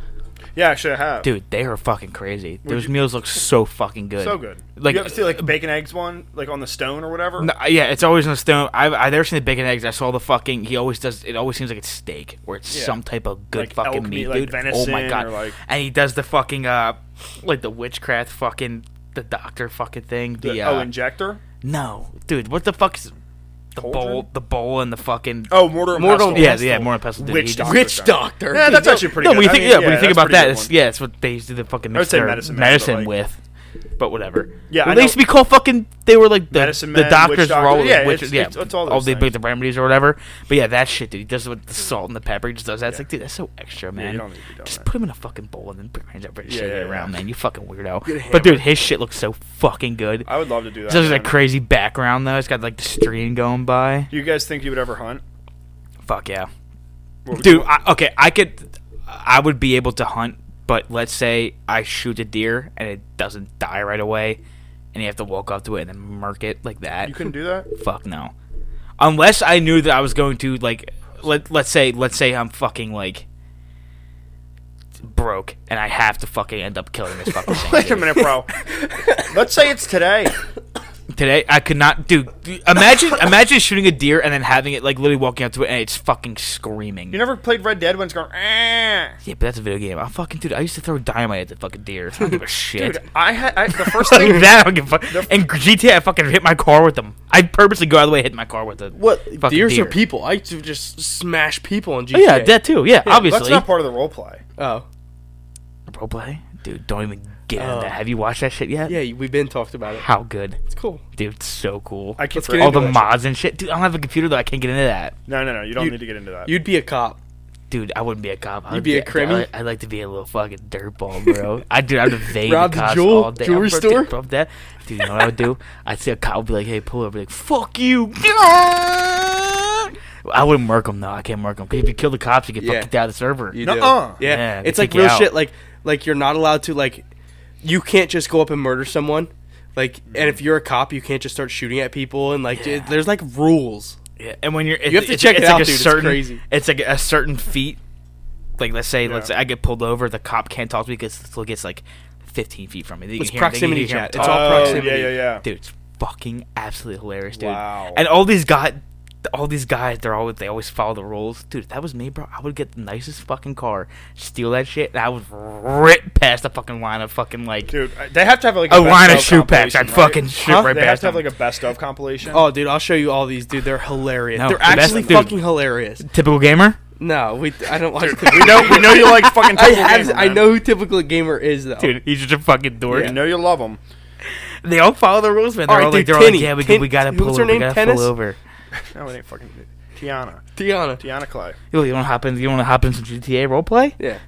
C: Yeah, actually, I have.
A: dude. They are fucking crazy. Those
C: you-
A: meals look so fucking good.
C: So good.
A: Like,
C: you ever see, like, the bacon eggs one? Like, on the stone or whatever?
A: No, yeah, it's always on the stone. I've, I've never seen the bacon and eggs. I saw the fucking. He always does. It always seems like it's steak or it's
C: Yeah.
A: some type of good
C: Like
A: fucking
C: elk
A: meat,
C: meat, like
A: dude. oh my
C: venison
A: god!
C: or like-
A: And he does the fucking uh, like the witchcraft fucking the doctor fucking thing. The,
C: The-
A: uh,
C: oh, injector?
A: no, dude, what the fuck is the bowl?
C: Cauldron?
A: The bowl and the fucking
C: Oh, mortar and
A: mortal.
C: pestle.
A: Yeah, yeah, mortar and pestle. dude.
C: Witch
A: He just-
C: doctor.
B: rich doctor.
C: Yeah, that's actually pretty
A: no,
C: good.
A: when you
C: I
A: think
C: mean,
A: yeah, when you
C: that's
A: think about
C: pretty
A: that,
C: good
A: it's,
C: one.
A: yeah, it's what they used to do the fucking
C: would
A: mix
C: say
A: their
C: medicine
A: medicine,
C: man, but, like-
A: with. But whatever.
C: Yeah, I
A: Well, they
C: know.
A: used to be called fucking. They were like the,
C: Medicine
A: the
C: men,
A: doctors
C: witch
A: were all
C: doctor- yeah,
A: witch,
C: it's-
A: yeah,
C: it's- it's all
A: all
C: those
A: the
C: things.
A: the remedies or whatever. But yeah, that shit, dude. He does it with the salt and the pepper. He just does that. It's like, dude, that's so extra, man.
C: don't need to be doing
A: just
C: that.
A: put him in a fucking bowl and then put him over and shit
C: yeah, yeah.
A: around, man. You fucking weirdo. But dude, his shit looks so fucking good.
C: I would love to do that.
A: It's just
C: man.
A: that crazy background though. It's got like the stream going by.
C: Do you guys think you would ever hunt?
A: Fuck yeah.
C: What would
A: Dude,
C: you-
A: I, okay, I could, I would be able to hunt, but let's say I shoot a deer and it doesn't die right away, and you have to walk up to it and then murk it like that.
C: you couldn't do that?
A: Fuck no. Unless I knew that I was going to like, let let's say let's say I'm fucking like broke and I have to fucking end up killing this fucking thing.
C: Wait a minute, bro. Let's say it's today.
A: Today I could not do. Imagine imagine shooting a deer and then having it like literally walking up to it and it's fucking screaming.
C: You never played Red Dead when it's going, "Ah."
A: Yeah, but that's a video game. I fucking dude, I used to throw dynamite at the fucking deer. I don't give a shit.
C: Dude, I had I, the first
A: Like
C: thing.
A: that, I don't give a fuck. And GTA, I fucking hit my car with them. I purposely go out of the way, hit my car with them.
B: What
A: Fucking
B: deers
A: deer.
B: are people? I used to just smash people in GTA.
A: Oh, Yeah, that too. Yeah, obviously.
C: That's not part of the role play.
B: oh,
A: Roleplay, dude. Don't even get into
B: Uh,
A: that. Have you watched that shit yet?
B: Yeah, we've been talked about it.
A: How good,
B: It's cool.
A: dude! It's so cool.
C: I can't
B: Let's get
A: all
B: into
A: the
B: that
A: mods and shit, dude. I don't have a computer though. I can't get into that,
C: No, no, no. You don't
B: You-
C: need to get into that.
B: You'd be a cop.
A: dude. I wouldn't be a cop. I'd
B: You'd be a crimmy?
A: I'd, I'd like to be a little fucking dirtball, bro. I dude, I'd evade
B: Rob
A: the
B: the
A: cops
B: jewel-
A: all day.
B: jewelry
A: I'm
B: store?
A: from that, dude. You know what I would do? I'd see a cop, I'd be like, "Hey, pull over." I'd be Like, fuck you. I wouldn't murk him though. I can't murk him. 'Cause if you kill the cops, you get
B: Yeah.
A: fucking kicked out of the server.
B: You
C: Nuh-uh.
B: do. Yeah,
A: Yeah, they
B: it's like
A: kick you
B: real
A: out.
B: shit. Like, like you're not allowed to like, you can't just go up and murder someone. Like, and if you're a cop, you can't just start shooting at people. And like,
A: Yeah.
B: it- there's like rules.
A: Yeah, and when you're, it,
B: have to
A: it's,
B: check
A: it's
B: it
A: like
B: out,
A: a
B: dude. It's
A: certain,
B: crazy.
A: It's like a certain feat. Like let's say, let's
C: Yeah.
A: say I get pulled over, the cop can't talk to me because still gets like 15 feet from me. They can
B: It's
A: hear- they can
B: proximity
A: hear me
B: chat.
A: talk.
B: It's all
C: Oh,
B: proximity.
C: Yeah, yeah, yeah.
A: dude, it's fucking absolutely hilarious, dude.
C: Wow.
A: And all these guys, all these guys, they're always they always follow the rules, dude. If that was me, bro. I would get the nicest fucking car, steal that shit, and I would rip past the fucking line of fucking like
C: Dude, Oh, I- they have to have like
A: a
C: best
A: line of
C: of
A: shoe packs.
C: compilation,
A: I'd
C: right?
A: fucking shoot
B: Huh?
A: right
C: They have
A: past
C: to have
A: them.
C: like a best of compilation.
B: Oh, dude, I'll show you all these, dude. They're hilarious.
A: No, the
B: They're
A: best-
B: actually
A: dude.
B: fucking hilarious.
A: Typical gamer,
B: No, we. I don't watch.
C: we know, we know you like fucking.
B: I
C: Temple
B: have.
C: Gamer,
B: I
C: man.
B: know who typical gamer is though.
A: dude. He's just a fucking dork.
C: We know you love them.
A: They all follow the rules, man. They're all,
B: All right,
A: like,
B: dude,
A: they're
B: Tinny.
A: like, yeah, we,
B: Tin-
A: we gotta
B: what's
A: pull
B: her
A: over. We
B: name?
A: gotta
B: Tennis?
A: pull over.
C: No, it ain't fucking Tiana.
B: Tiana.
C: Tiana Clay.
A: Yo, you want to hop in? You want to hop in some GTA roleplay?
B: Yeah.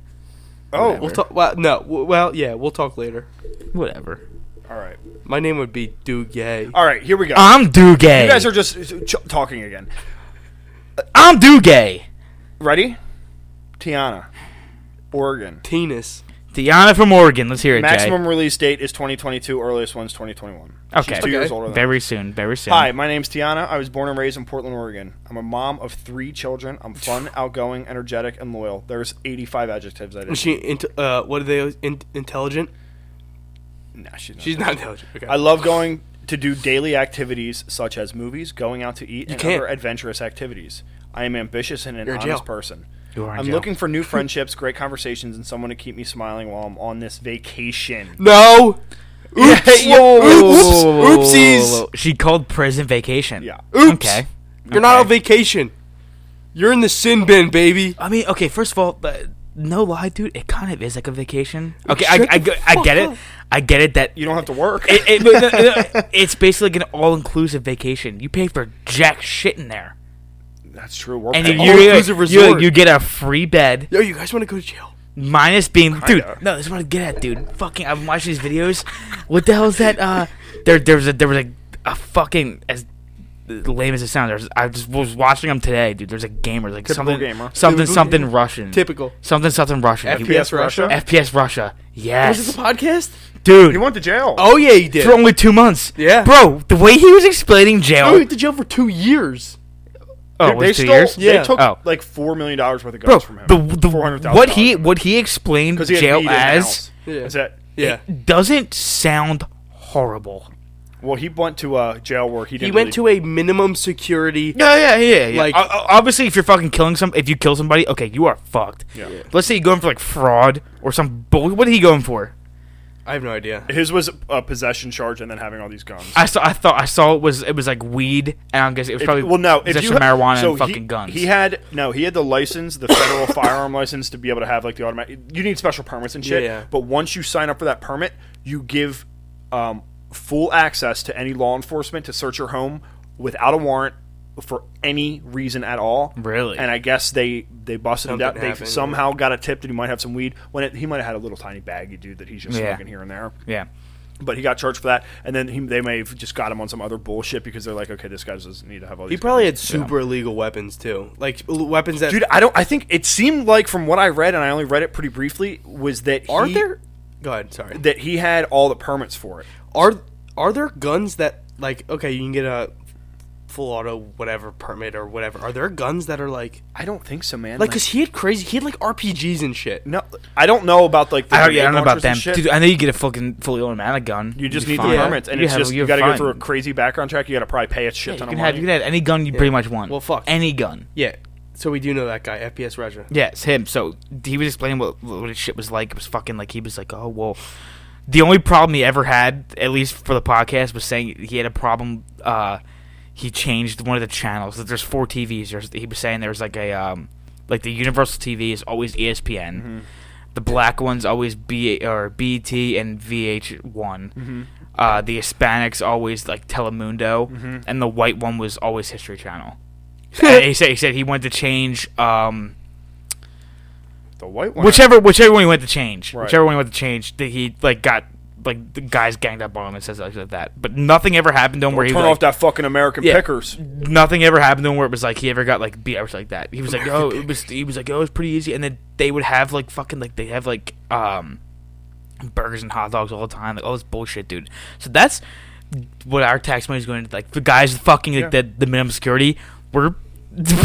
C: Oh,
B: We'll talk. Well, no. w- Well, yeah. We'll talk later.
A: Whatever.
C: all right,
B: My name would be Dugay.
C: all right. Here we go.
A: I'm Dugay.
C: you guys are just uh, ch- talking again.
A: I'm Dugay.
C: Ready? Tiana, Oregon.
B: Penis.
A: Tiana from Oregon. Let's hear it,
C: Maximum release date is 2022. Earliest one's 2021.
A: Jay. Okay.
C: Two years
B: Okay.
C: older
A: Okay.
C: than
A: Very soon. Very soon.
C: Hi, my name's Tiana. I was born and raised in Portland, Oregon. I'm a mom of three children. I'm fun, outgoing, energetic, and loyal. There's 85 adjectives I didn't.
B: Is she int- uh, what are they in- intelligent?
C: nah, she's not.
B: She's not intelligent. Okay.
C: I love going to do daily activities such as movies, going out to eat, and
B: can't.
C: other adventurous activities. I am ambitious and an
B: You're in
C: honest
B: jail.
C: person.
A: You are in
C: I'm
A: jail.
C: looking for new friendships, great conversations, and someone to keep me smiling while I'm on this vacation.
B: no. Oops.
A: Whoa.
B: Oops. Oopsies.
A: She called prison vacation.
C: Yeah.
B: Oops.
A: Okay.
B: You're not
A: Okay.
B: on vacation. You're in the sin bin, baby.
A: I mean, okay. First of all, but no lie, dude. It kind of is like a vacation. Okay. I,
B: shut
A: I,
B: the
A: I, I get
B: fuck
A: it.
B: up.
A: I get it. That
C: You don't have to work.
A: it, it- but no, no, it's basically like an all-inclusive vacation. You pay for jack shit in there,
C: That's true. Work. Oh,
A: and
C: pay-
A: you,
B: all-inclusive
A: you, you,
B: resort.
A: you get a free bed,
B: Yo, you guys want to go to jail?
A: minus being
C: Kinda.
A: dude. No, this is what I get at, dude. Fucking, I've been watching these videos. What the hell is that? Uh, there, there was a, there was a, a fucking as lame as it sounds. There's, I just was watching them today, dude. There's a gamer, like
C: Typical
A: something,
C: gamer.
A: something,
B: Typical
A: something
B: gamer.
A: Russian,
B: Typical.
A: something, something Russian. He-
B: FPS Russia.
A: FPS Russia.
B: Was
A: Yes,
B: this a podcast?
A: dude.
C: You went to jail.
B: Oh yeah, you did.
A: for only two months.
B: Yeah.
A: bro. The way he was explaining
B: Oh, you
A: jail.
B: went to jail for two years.
A: Oh,
C: Dude,
A: it
C: they
A: was two
C: stole.
A: years.
C: They
B: Yeah.
C: took
A: Oh.
C: like four million dollars worth of
A: bro.
C: guns from him.
A: The, the
C: $400,000
A: what he what he explained
C: 'Cause he had
A: jail
C: weed in the
A: as
C: house.
B: Yeah.
C: Is that?
B: Yeah.
A: doesn't sound horrible.
C: Well, he went to uh, jail where he didn't.
B: He went to a minimum security.
A: Yeah, yeah, yeah. yeah. Like
B: Like-
A: obviously, if you're fucking killing some, if you kill somebody, okay, you are fucked.
C: Yeah. Yeah.
A: Let's say you're going for like fraud or some bull. What are you going for?
B: I have no idea.
C: His was a possession charge, and then having all these guns.
A: I saw. I thought. I saw it was. It was like weed, and I'm guessing it was
C: If-
A: probably
C: well, no, if
A: possession
C: you
A: of
C: ha-
A: marijuana
C: so
A: and fucking
C: he,
A: guns.
C: He had no, he had the license, the federal firearm license to be able to have like the automatic. You need special permits and shit.
B: Yeah, yeah.
C: But once you sign up for that permit, you give um, full access to any law enforcement to search your home without a warrant for any reason at all.
A: Really?
C: And I guess they they busted him
B: Something
C: down. They
B: happened.
C: somehow got a tip that he might have some weed. When it, he might have had a little tiny baggie, dude, that he's just
A: Yeah.
C: smoking here and there
A: yeah.
C: but he got charged for that, and then he, they may have just got him on some other bullshit because they're like, okay, this guy doesn't need to have all these.
B: He probably had
C: guns.
B: super illegal weapons too, like l- weapons that
C: Dude, I don't. I think it seemed like from what I read, and I only read it pretty briefly, was that
B: are
C: he,
B: there. Go ahead. Sorry.
C: that he had all the permits for it.
B: are are there guns that like okay, you can get a full auto whatever permit or whatever. Are there guns that are like
C: I don't think so, man.
B: like because he had crazy, he had like RPGs and shit.
C: no, I don't know about like. The
A: I don't, yeah, I don't know
C: grenade
A: about them.
C: launchers and
A: Dude,
C: shit.
A: I know you get a fucking fully automatic gun.
C: you just
A: You'd
C: need
A: be
C: the
A: fine.
C: permits, and
A: You
C: it's
A: have-
C: just you
A: you're
C: got to go
A: fine.
C: through a crazy background check. You got to probably pay a shit
A: You
C: ton
A: can
C: of
A: have
C: money.
A: you can have any gun you pretty much want.
B: Well, fuck.
A: any gun.
B: Yeah. So we do know that guy, FPS Raja.
A: Yes, him. So he was explaining what what his shit was like. It was fucking like he was like, oh well. The only problem he ever had, at least for the podcast, was saying he had a problem. Uh, he changed one of the channels. That there's four E TVs. There's, he was saying there was like a um, like the Universal TV is always ESPN. The black ones always B or BT and VH1. Uh, the Hispanics always like Telemundo, and the white one was always History Channel. And he said he said he went to change um,
C: The white one.
A: whichever whichever one he went to change,
C: Right.
A: whichever one he went to change, that he like got like the guys ganged up on him and says like that. But nothing ever happened to him where he
C: Turn
A: like,
C: off that fucking American
A: Yeah.
C: Pickers.
A: nothing ever happened to him where it was like he ever got like beat or something like that. He was like, oh, it was he was like, oh, it was pretty easy. And then they would have like fucking like they have like um burgers and hot dogs all the time. Like all this bullshit, dude. So that's what our tax money is going to like. The guys fucking like
C: Yeah.
A: the, the minimum security, we're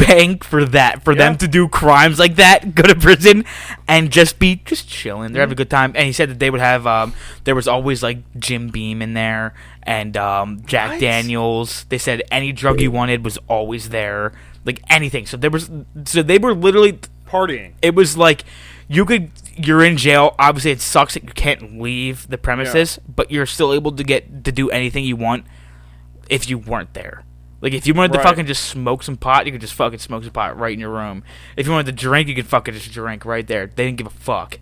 A: paying for that for them
C: Yeah.
A: to do crimes like that, go to prison, and just be just chilling. They're having
C: Mm-hmm.
A: a good time. And he said that they would have um there was always like Jim Beam in there and um Jack
C: What?
A: Daniels. They said any drug you wanted was always there. Like anything. So there was so they were literally
C: Partying.
A: it was like you could you're in jail obviously it sucks that you can't leave the premises but you're still able to get to do anything you want if you weren't there like if you wanted
C: Right.
A: to fucking just smoke some pot you could just fucking smoke some pot right in your room if you wanted to drink you could fucking just drink right there they didn't give a fuck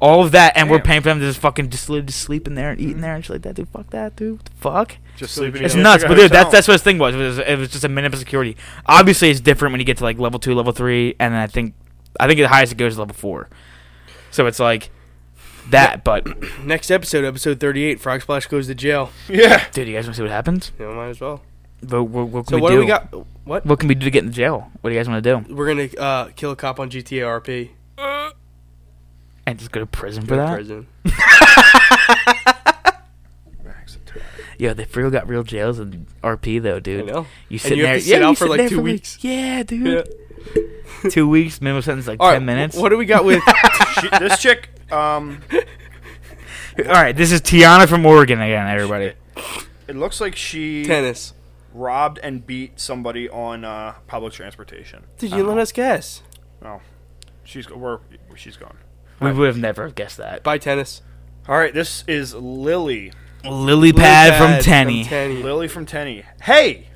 A: all of that and we're
C: Damn.
A: paying for them to just fucking just, literally just sleep in there and eat in there and shit like that dude fuck that dude What the fuck
C: Just sleeping.
A: it's
C: in a-
A: nuts,
C: like
A: but
C: a
A: dude, that's
C: hotel.
A: that's what his thing was. It was, it was just a minimum security. Obviously, it's different when you get to like level two, level three, and then I think I think the highest it goes is level four. So it's like that. But
B: Next episode, episode 38, Frog Splash goes to jail.
C: Yeah.
A: dude, you guys want to see what happens?
B: You know, might as well.
A: What, what, what can
B: So
A: we
B: what
A: do?
B: do we got? What?
A: What can we do to get in jail? What do you guys want to do?
B: We're going to uh, kill a cop on GTA RP.
A: And just go to prison for
B: Go to
A: that?
B: Prison.
A: Yeah, they for real got real jails and RP though, dude.
B: know.
A: You
B: And
A: sit
B: you
A: there,
B: have to sit
A: yeah,
B: out
A: you
B: for,
A: sit
B: like,
A: there
B: two
A: for,
B: weeks.
A: yeah, dude, two weeks. Minimum sentence like
B: All right.
A: ten minutes.
B: What do we got with.
C: she, this chick. Um,
A: All right, this is Tiana from Oregon again, everybody.
C: it looks like she
B: Tennis.
C: robbed and beat somebody on uh, public transportation.
B: Did you let us guess?
C: Oh, she's we're, she's gone.
A: We would have never guessed that.
B: Buy tennis.
C: All right, this is Lily.
A: Lily Pad
B: Lily
A: from
B: Pad
A: Tenny.
C: Lily from Tenny. Hey,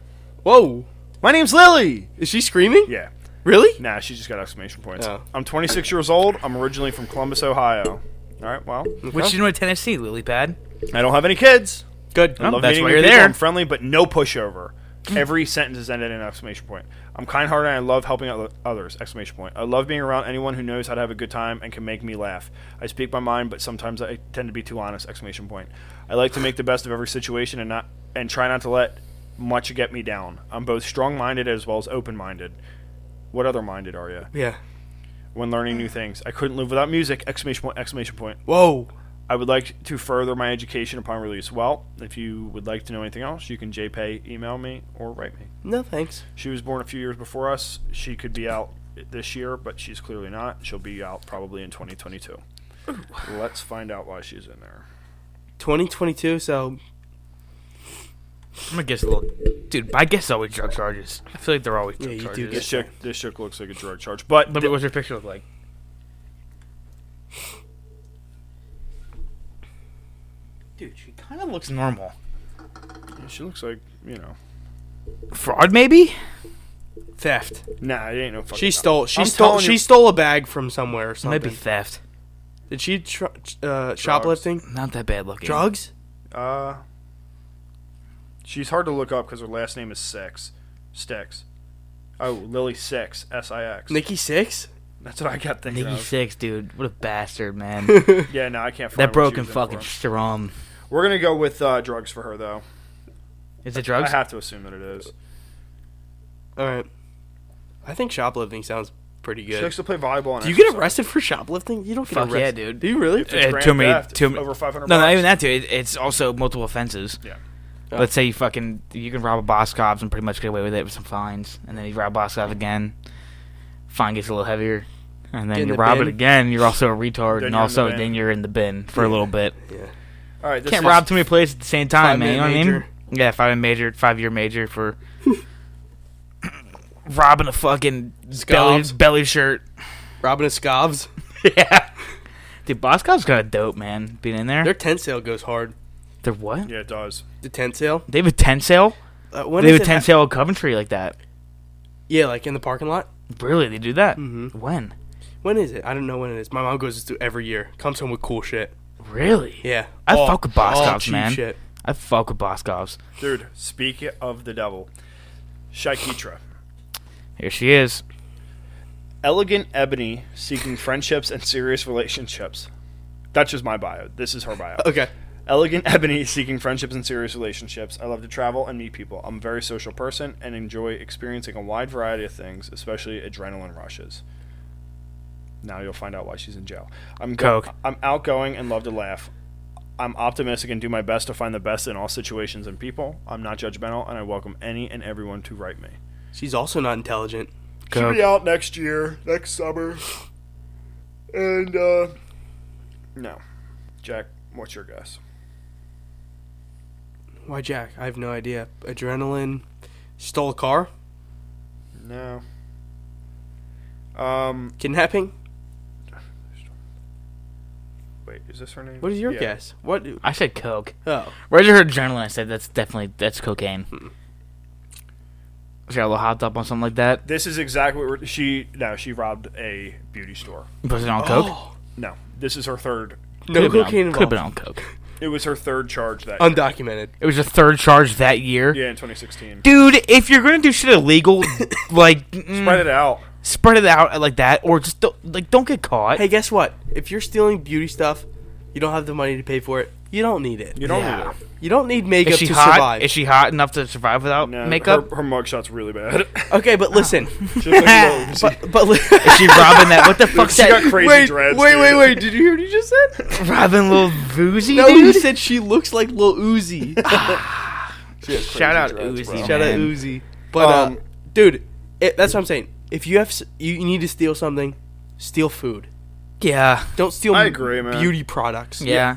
B: Whoa.
C: my name's Lily.
B: Is she screaming?
C: Yeah.
B: Really?
C: Nah, she just got exclamation points.
B: Oh.
C: I'm 26 years old. I'm originally from Columbus, Ohio. All right, well,
A: Which you know in Tennessee, Lily Pad.
C: I don't have any kids.
B: Good.
A: Oh,
C: Love
A: that's
C: meeting
A: why
C: new
A: you're
C: people.
A: there.
C: I'm friendly, but no pushover. Every sentence is ended in an exclamation point. I'm kind-hearted and I love helping out others. Exclamation point. I love being around anyone who knows how to have a good time and can make me laugh. I speak my mind, but sometimes I tend to be too honest. Exclamation point. I like to make the best of every situation and not and try not to let much get me down. I'm both strong-minded as well as open-minded. What other minded are you?
B: Yeah.
C: When learning new things, I couldn't live without music! Exclamation point! Exclamation point!
B: Whoa.
C: I would like to further my education upon release. Well, if you would like to know anything else, you can JPay, email me, or write me.
B: No thanks.
C: She was born a few years before us. She could be out this year, but she's clearly not. She'll be out probably in 2022. Let's find out why she's in there.
B: 2022, so
A: I'm gonna guess a little. Dude, I guess always drug charges. I feel like they're always drug
B: you do
A: charges.
B: get-
C: This chick, this chick looks like a drug charge, but
A: Let me- what's her picture look like? Dude, she kind of looks normal.
C: she looks like you know.
A: Fraud, maybe?
B: theft.
C: Nah, it ain't no fucking.
B: She stole. She
C: I'm
B: stole.
C: telling
B: She
C: you-
B: stole a bag from somewhere or something.
A: Maybe theft.
B: Did she tr- uh, shoplifting?
A: Not that bad looking.
B: Drugs?
C: Uh, she's hard to look up because her last name is Six. Sticks. Oh, Lily Six. S I X.
B: Nikki Six?
C: That's what I kept thinking.
A: Nikki
C: of.
A: Six, dude. What a bastard, man.
C: Yeah, no, I can't. Find
A: that
C: what
A: broken
C: she was in
A: fucking
C: for.
A: strum.
C: We're gonna go with uh, drugs for her, though.
A: Is it
C: I
A: drugs?
C: have to assume that it is.
B: All right. I think shoplifting sounds pretty
C: She
B: good.
C: likes to play volleyball. And
B: Do you get
C: exercise.
B: arrested for shoplifting? You don't get
A: Fuck yeah,
B: arrested.
A: dude.
B: Do you really?
C: If it's
A: Uh,
C: grand
A: too many-
C: theft,
A: too
C: it's
A: many-
C: over five hundred.
A: No, not even that, too. It, it's also multiple offenses.
C: Yeah.
A: Let's say you fucking you can rob a boss cops and pretty much get away with it with some fines, and then you rob boss cops again. Fine gets a little heavier, and
B: Get
A: then
B: in
A: you
B: the
A: rob it
B: bin.
A: again. You're also a retard,
C: Then
A: and
C: you're in
A: also
C: the bin.
A: then you're in the bin for a little bit.
C: All right, this
A: Can't
C: is-
A: rob too many places at the same time, man. You know what
B: Five-minute
A: I mean?
B: major.
A: Yeah, five minute major, five year major for robbing a fucking belly,
B: Scobs.
A: belly shirt.
B: Robbing a scobs.
A: yeah, dude, boss cops kind of dope, man. Being in there,
B: Their
A: they're,
B: tent sale goes hard.
A: what?
C: Yeah, it does.
B: The tent sale.
A: They have a tent sale.
B: Uh, when
A: they
B: does
A: have a
B: it
A: tent
B: hap-
A: sale at Coventry like that.
B: Yeah, like in the parking lot. Mm-hmm.
A: Really, they do that. When?
B: When is it? I don't know when it is. My mom goes to every year. Comes home with cool shit.
A: Really?
B: Yeah.
A: I
B: All-
A: fuck with
B: all
A: Boscovs,
B: cheap
A: man.
B: Oh, Shit.
A: I fuck with Boscovs.
C: Dude, speak of the devil. Shaikitra.
A: Here she is.
C: Elegant ebony seeking friendships and serious relationships. That's just my bio. This is her bio.
B: Okay.
C: Elegant ebony seeking friendships and serious relationships. I love to travel and meet people. I'm a very social person and enjoy experiencing a wide variety of things, especially adrenaline rushes. Now you'll find out why she's in jail. I'm go-
A: Coke.
C: I'm outgoing and love to laugh. I'm optimistic and do my best to find the best in all situations and people. I'm not judgmental and I welcome any and everyone to write me.
B: She's also not intelligent.
A: Go.
C: out next year, next summer. And uh no. Jack, what's your guess?
B: Why, Jack? I have no idea. Adrenaline. Stole a car.
C: No. Um
B: Kidnapping.
C: Wait, is this her name?
B: What is your
C: Yeah.
B: guess? What?
A: I said coke.
B: Oh,
A: Where's her adrenaline? I said that's definitely that's cocaine.
B: Hmm.
A: Was she a little hopped up on something like that?
C: This is exactly what we're, she. No, she robbed a beauty store.
A: Was it on coke?
C: No, this is her third.
B: Oh, no
A: Could've been on-
B: cocaine
A: Could've
B: involved.
A: been on coke.
C: It was her third charge that. year.
B: Undocumented.
A: It was her third charge that year.
C: yeah, in 2016.
A: Dude, if you're gonna do shit illegal, like mm,
C: Spread it out.
A: spread it out like that, or just don't, like don't get caught.
B: Hey, guess what? If you're stealing beauty stuff, you don't have the money to pay for it. You don't need it.
C: You don't
A: Yeah.
C: need it.
B: You don't need makeup
A: is she
B: to
A: hot?
B: survive.
A: Is she hot enough to survive without
C: No,
A: makeup?
C: Her, her mugshot's really bad.
B: okay, but listen.
C: She looks like Lowe's.
B: but li-
A: Ah. Is she robbing that? What the fuck's
C: She
A: that?
C: got crazy
B: wait,
C: dreads.
B: wait,
C: dude.
B: wait, wait. Did you hear what you just said?
A: robbing little Voozy,
B: No,
A: dude.
B: you said she looks like Lil Uzi.
C: She has crazy
A: Shout out
C: dreads,
A: Uzi.
C: bro.
B: Shout out
A: Man.
B: Uzi. But
C: Um,
B: uh, dude, it, that's what I'm saying. If you have, s- you, you need to steal something. Steal food.
A: Yeah,
B: Don't steal.
C: I agree, man.
B: Beauty products.
A: yeah.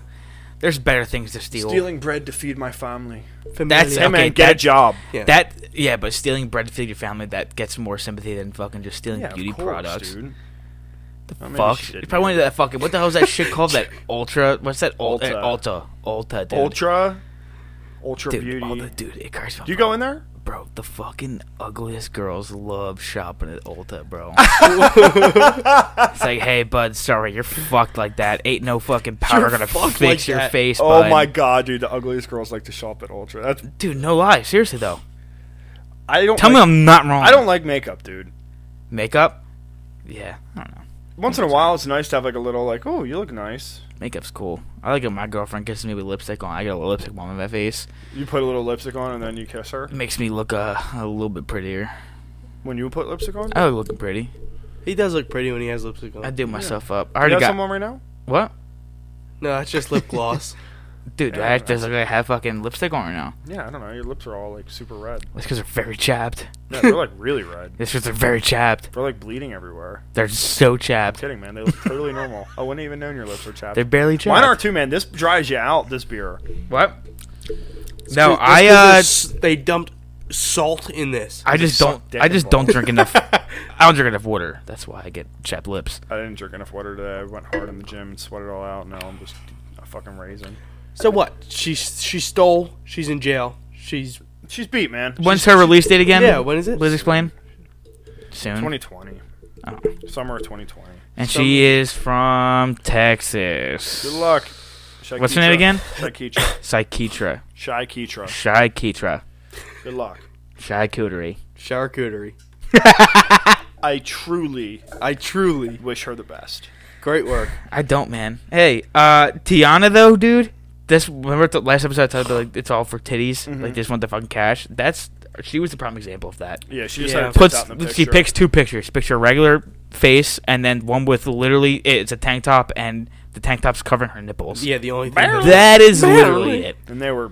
A: There's better things to steal.
C: Stealing bread to feed my family.
A: That's-
C: Hey
B: Familiar.
A: Okay,
C: man, get a
A: that-
C: job.
B: Yeah.
A: That yeah, but stealing bread to feed your family that gets more sympathy than fucking just stealing
C: Yeah, of
A: beauty
C: course,
A: products.
C: dude. Oh, I mean,
A: Fuck,
C: she
A: you
C: didn't
A: probably
C: do
A: wanted that fucking what the hell is that shit called? That ultra? What's that ultra?
C: Ulta.
A: Ulta, Ulta, dude.
C: Ultra, ultra
A: dude,
C: beauty.
A: Ulta, dude. It cracks my
C: Do you go in there?
A: bro. The fucking ugliest girls love shopping at Ulta, bro. it's like, hey, bud, sorry, you're fucked like that. Ain't no fucking powder
B: You're
A: gonna
B: fucked
A: fix
B: like
A: your
B: that.
A: face.
C: Oh
A: bud.
C: my god, dude! The ugliest girls like to shop at Ultra. That's
A: dude, no lie, seriously though.
C: I don't.
A: Tell
C: like,
A: me I'm not wrong.
C: I don't like makeup, dude.
A: makeup. Yeah, I don't know.
C: Once in a while, it's nice to have like a little like, oh, you look nice.
A: Makeup's cool. I like it when my girlfriend kisses me with lipstick on. I got a little lipstick on my face.
C: You put a little lipstick on and then you kiss her.
A: It makes me look uh, a little bit prettier.
C: When you put lipstick on,
A: Oh, I like looking pretty.
B: He does look pretty when he has lipstick on.
A: I do myself up. I
C: you
A: already
C: got
A: got
C: someone right now.
A: what,
B: No, that's just lip gloss.
A: dude? do
C: Yeah,
A: I act as
C: that's-
A: like I have fucking lipstick on right now.
C: Yeah, I don't know. Your lips are all like super red.
A: That's because they're very chapped.
C: No, they're like really red.
A: That's because they're very chapped.
C: They're like bleeding everywhere.
A: They're so
C: I'm
A: chapped.
C: kidding, man. They look totally normal. I wouldn't even known your lips were chapped.
A: They're barely chapped.
C: Mine are too, man. This dries you out. This beer.
A: What? No,
B: It's 'cause
A: I
B: there's
A: uh,
B: s- they dumped salt in this.
A: I just don't.
C: suck dick
A: I just don't
C: involved.
A: drink enough. I don't drink enough water. That's why I get chapped lips.
C: I didn't drink enough water today. I went hard in the gym and sweat it all out. Now I'm just a fucking raisin.
B: So what? She she stole. She's in jail. She's
C: She's beat, man.
A: When's her release date again?
B: Yeah, when is it?
A: Please explain. Soon.
C: 2020.
A: Oh.
C: Summer of 2020.
A: And she is from Texas.
C: Good luck. Shai
A: What's her name
C: Keitra.
A: again?
C: Shai Keitra.
A: Psychitra.
C: Shai Keitra.
A: Shy Keitra.
C: Good luck.
A: Shy Cootery.
B: charcuterie.
C: I truly
B: I truly
C: wish her the best.
B: great work.
A: I don't, man. Hey, uh, Tiana though, dude. This remember the last episode I told you like it's all for titties.
B: Mm-hmm.
A: Like they just want the fucking cash. That's she was the prime example of that.
C: Yeah, she just
B: Yeah.
C: had her tits
A: Puts
C: out in the
A: she
C: picture.
A: picks two pictures. Picture regular face and then one with literally it's a tank top and the tank top's covering her nipples.
B: Yeah, the only thing.
C: Barely.
B: that-
A: That is literally
B: Barely.
A: it.
C: And they were.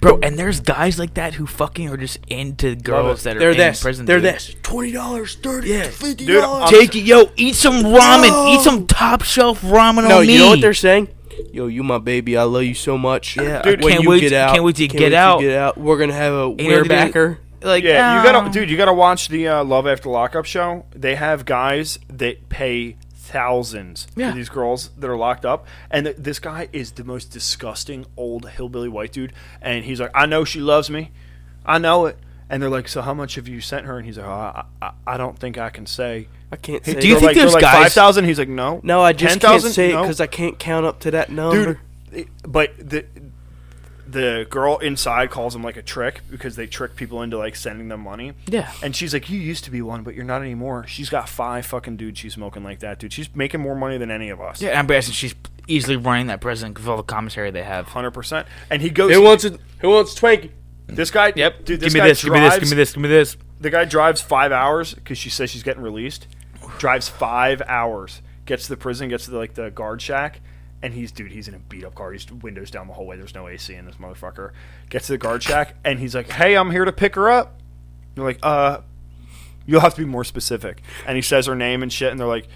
A: Bro, and there's guys like that who fucking are just into girls that are
B: they're
A: in
B: this.
A: prison.
B: they're
A: dude.
B: this.
D: Twenty dollars, thirty,
A: Yeah.
D: fifty
C: Dude,
D: dollars.
C: I'm-
A: Take it, yo, eat some ramen. Eat some top shelf ramen
B: No,
A: on me.
B: you know what they're saying? Yo, you my baby. I love you so much.
A: Yeah.
B: Dude,
A: Dude,
B: when
A: can't
B: you
A: wait
B: get
A: to-
B: out.
A: can't wait to get out.
B: Get out. We're gonna have a
A: Ain't nobody-
B: wearbacker.
A: like,
C: Yeah, you
A: ah.
C: gotta, dude. You gotta watch the uh, Love After Lockup show. They have guys that pay thousands
A: Yeah.
C: to these girls that are locked up, and th- this guy is the most disgusting old hillbilly white dude. And he's like, "I know she loves me, I know it, and they're like, "So how much have you sent her?" And he's like, oh, I, I, I don't think I can say."
B: I can't
C: Hey,
B: say.
A: do you
C: they're
A: think
B: no.
C: like, they're
A: those
C: like
A: guys-
C: five thousand? He's like, "No,
B: no, I just can't
C: 10,000?
B: say it
C: No."
B: because I can't count up to that number.
C: dude. it- But the the girl inside calls him like a trick because they trick people into like sending them money.
A: Yeah.
C: And she's like, "You used to be one, but you're not anymore." She's got five fucking dudes she's smoking like that, dude. She's making more money than any of us.
A: Yeah, I'm guessing she's easily running that president with all the commissary they have.
C: Hundred percent, and he goes.
B: Who wants it? Who wants Twinkie?
C: this guy,
A: Yep.
C: dude.
A: give
C: This
A: me
C: guy
A: this. Give me this. Give
C: drives-
A: me this. Give me this.
C: The guy drives five hours because she says she's getting released. Drives five hours, gets to the prison, gets to like the guard shack, and he's dude. He's in a beat up car. He's windows down the hallway. There's no AC in this motherfucker. Gets to the guard shack, and he's like, "Hey, I'm here to pick her up." And they're like, "Uh, you'll have to be more specific." And he says her name and shit, and they're like,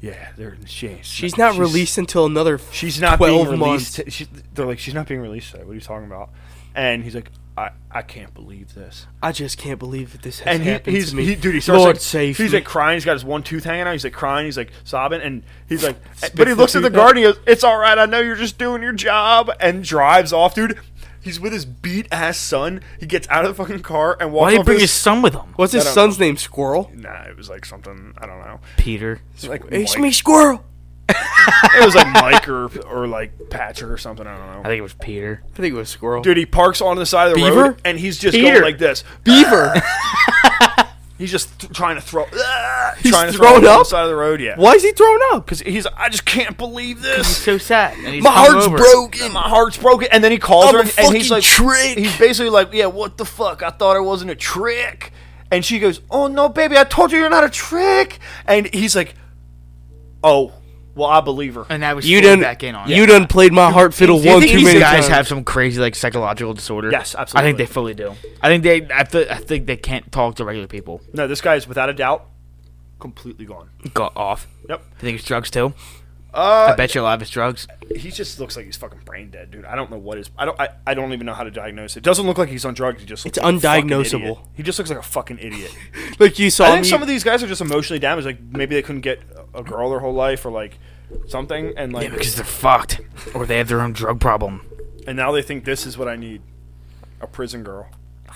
C: "Yeah, they're she ain't
B: She's
C: smart.
B: not released until another.
C: She's not
B: 12
C: being
B: months.
C: released. t- She, they're like, she's not being released today. What are you talking about?" And he's like, "I, I can't believe this."
B: I just can't believe that this has
C: and he,
B: happened
C: he's
B: to me.
C: he, dude. He starts
B: Lord
C: like,
B: save
C: he's
B: me.
C: like crying. He's got his one tooth hanging out. He's like crying. He's like sobbing, and he's like.
B: Spits
C: but he
B: the
C: looks at the
B: tooth out.
C: guard. and He goes, "It's all right. I know you're just doing your job," and drives off, dude. He's with his beat ass son. He gets out of the fucking car and walks.
A: Why do you
C: off
A: bring
C: his-
A: his son with him?
B: What's
C: I
B: his
C: don't
B: son's name? Squirrel.
C: Nah, it was like something I don't know.
A: Peter.
C: It's like
B: It's
C: Mike-
B: me, Squirrel.
C: It was like Mike or or like Patrick or something. I don't
A: I
C: know.
A: think it was Peter.
B: I think it was Squirrel.
C: Dude, he parks on the side of the
B: Beaver?
C: road and he's just
A: Peter.
C: going like this.
B: Beaver.
C: He's just th- trying to throw. ah,
B: He's
C: trying to throw
B: thrown
C: up on the
B: up?
C: side of the road. Yeah.
B: Why is he thrown up?
C: Because he's, I just can't believe this.
A: so sad. And he's
C: my heart's
A: hungover.
C: broken. My heart's broken. And then he calls
D: I'm
C: her,
D: a
C: and, and he's
D: fucking
C: like,
D: trick.
C: he's basically like, yeah, what the fuck? I thought it wasn't a trick. And she goes, oh no, baby, I told you you're not a trick. And he's like, oh, well, I believe her.
A: And that was
B: You
A: you done
B: done
A: back in on.
B: You done played my heart fiddle
A: Do you
B: one
A: think
B: too
A: these
B: many
A: guys
B: times.
A: have some crazy like psychological disorder?
C: Yes,
A: I
C: absolutely.
A: think they fully do. I think they. I, th- I think they can't talk to regular people.
C: no, this guy is without a doubt completely gone.
A: Got off.
C: Yep.
A: You think it's drugs too? I
C: Uh,
A: bet you a lot of it's drugs.
C: he just looks like he's fucking brain dead, dude. I don't know what is. I don't. I, I don't even know how to diagnose it. Doesn't look like he's on drugs. He just looks
B: It's
C: like a fucking
B: undiagnosable.
C: idiot. He just looks like a fucking idiot.
B: Like you saw
C: I think
B: me.
C: some of these guys are just emotionally damaged. Like maybe they couldn't get a girl their whole life, or like something, and like,
A: Yeah, because they're fucked, or they have their own drug problem.
C: and now they think this is what I need, a prison girl.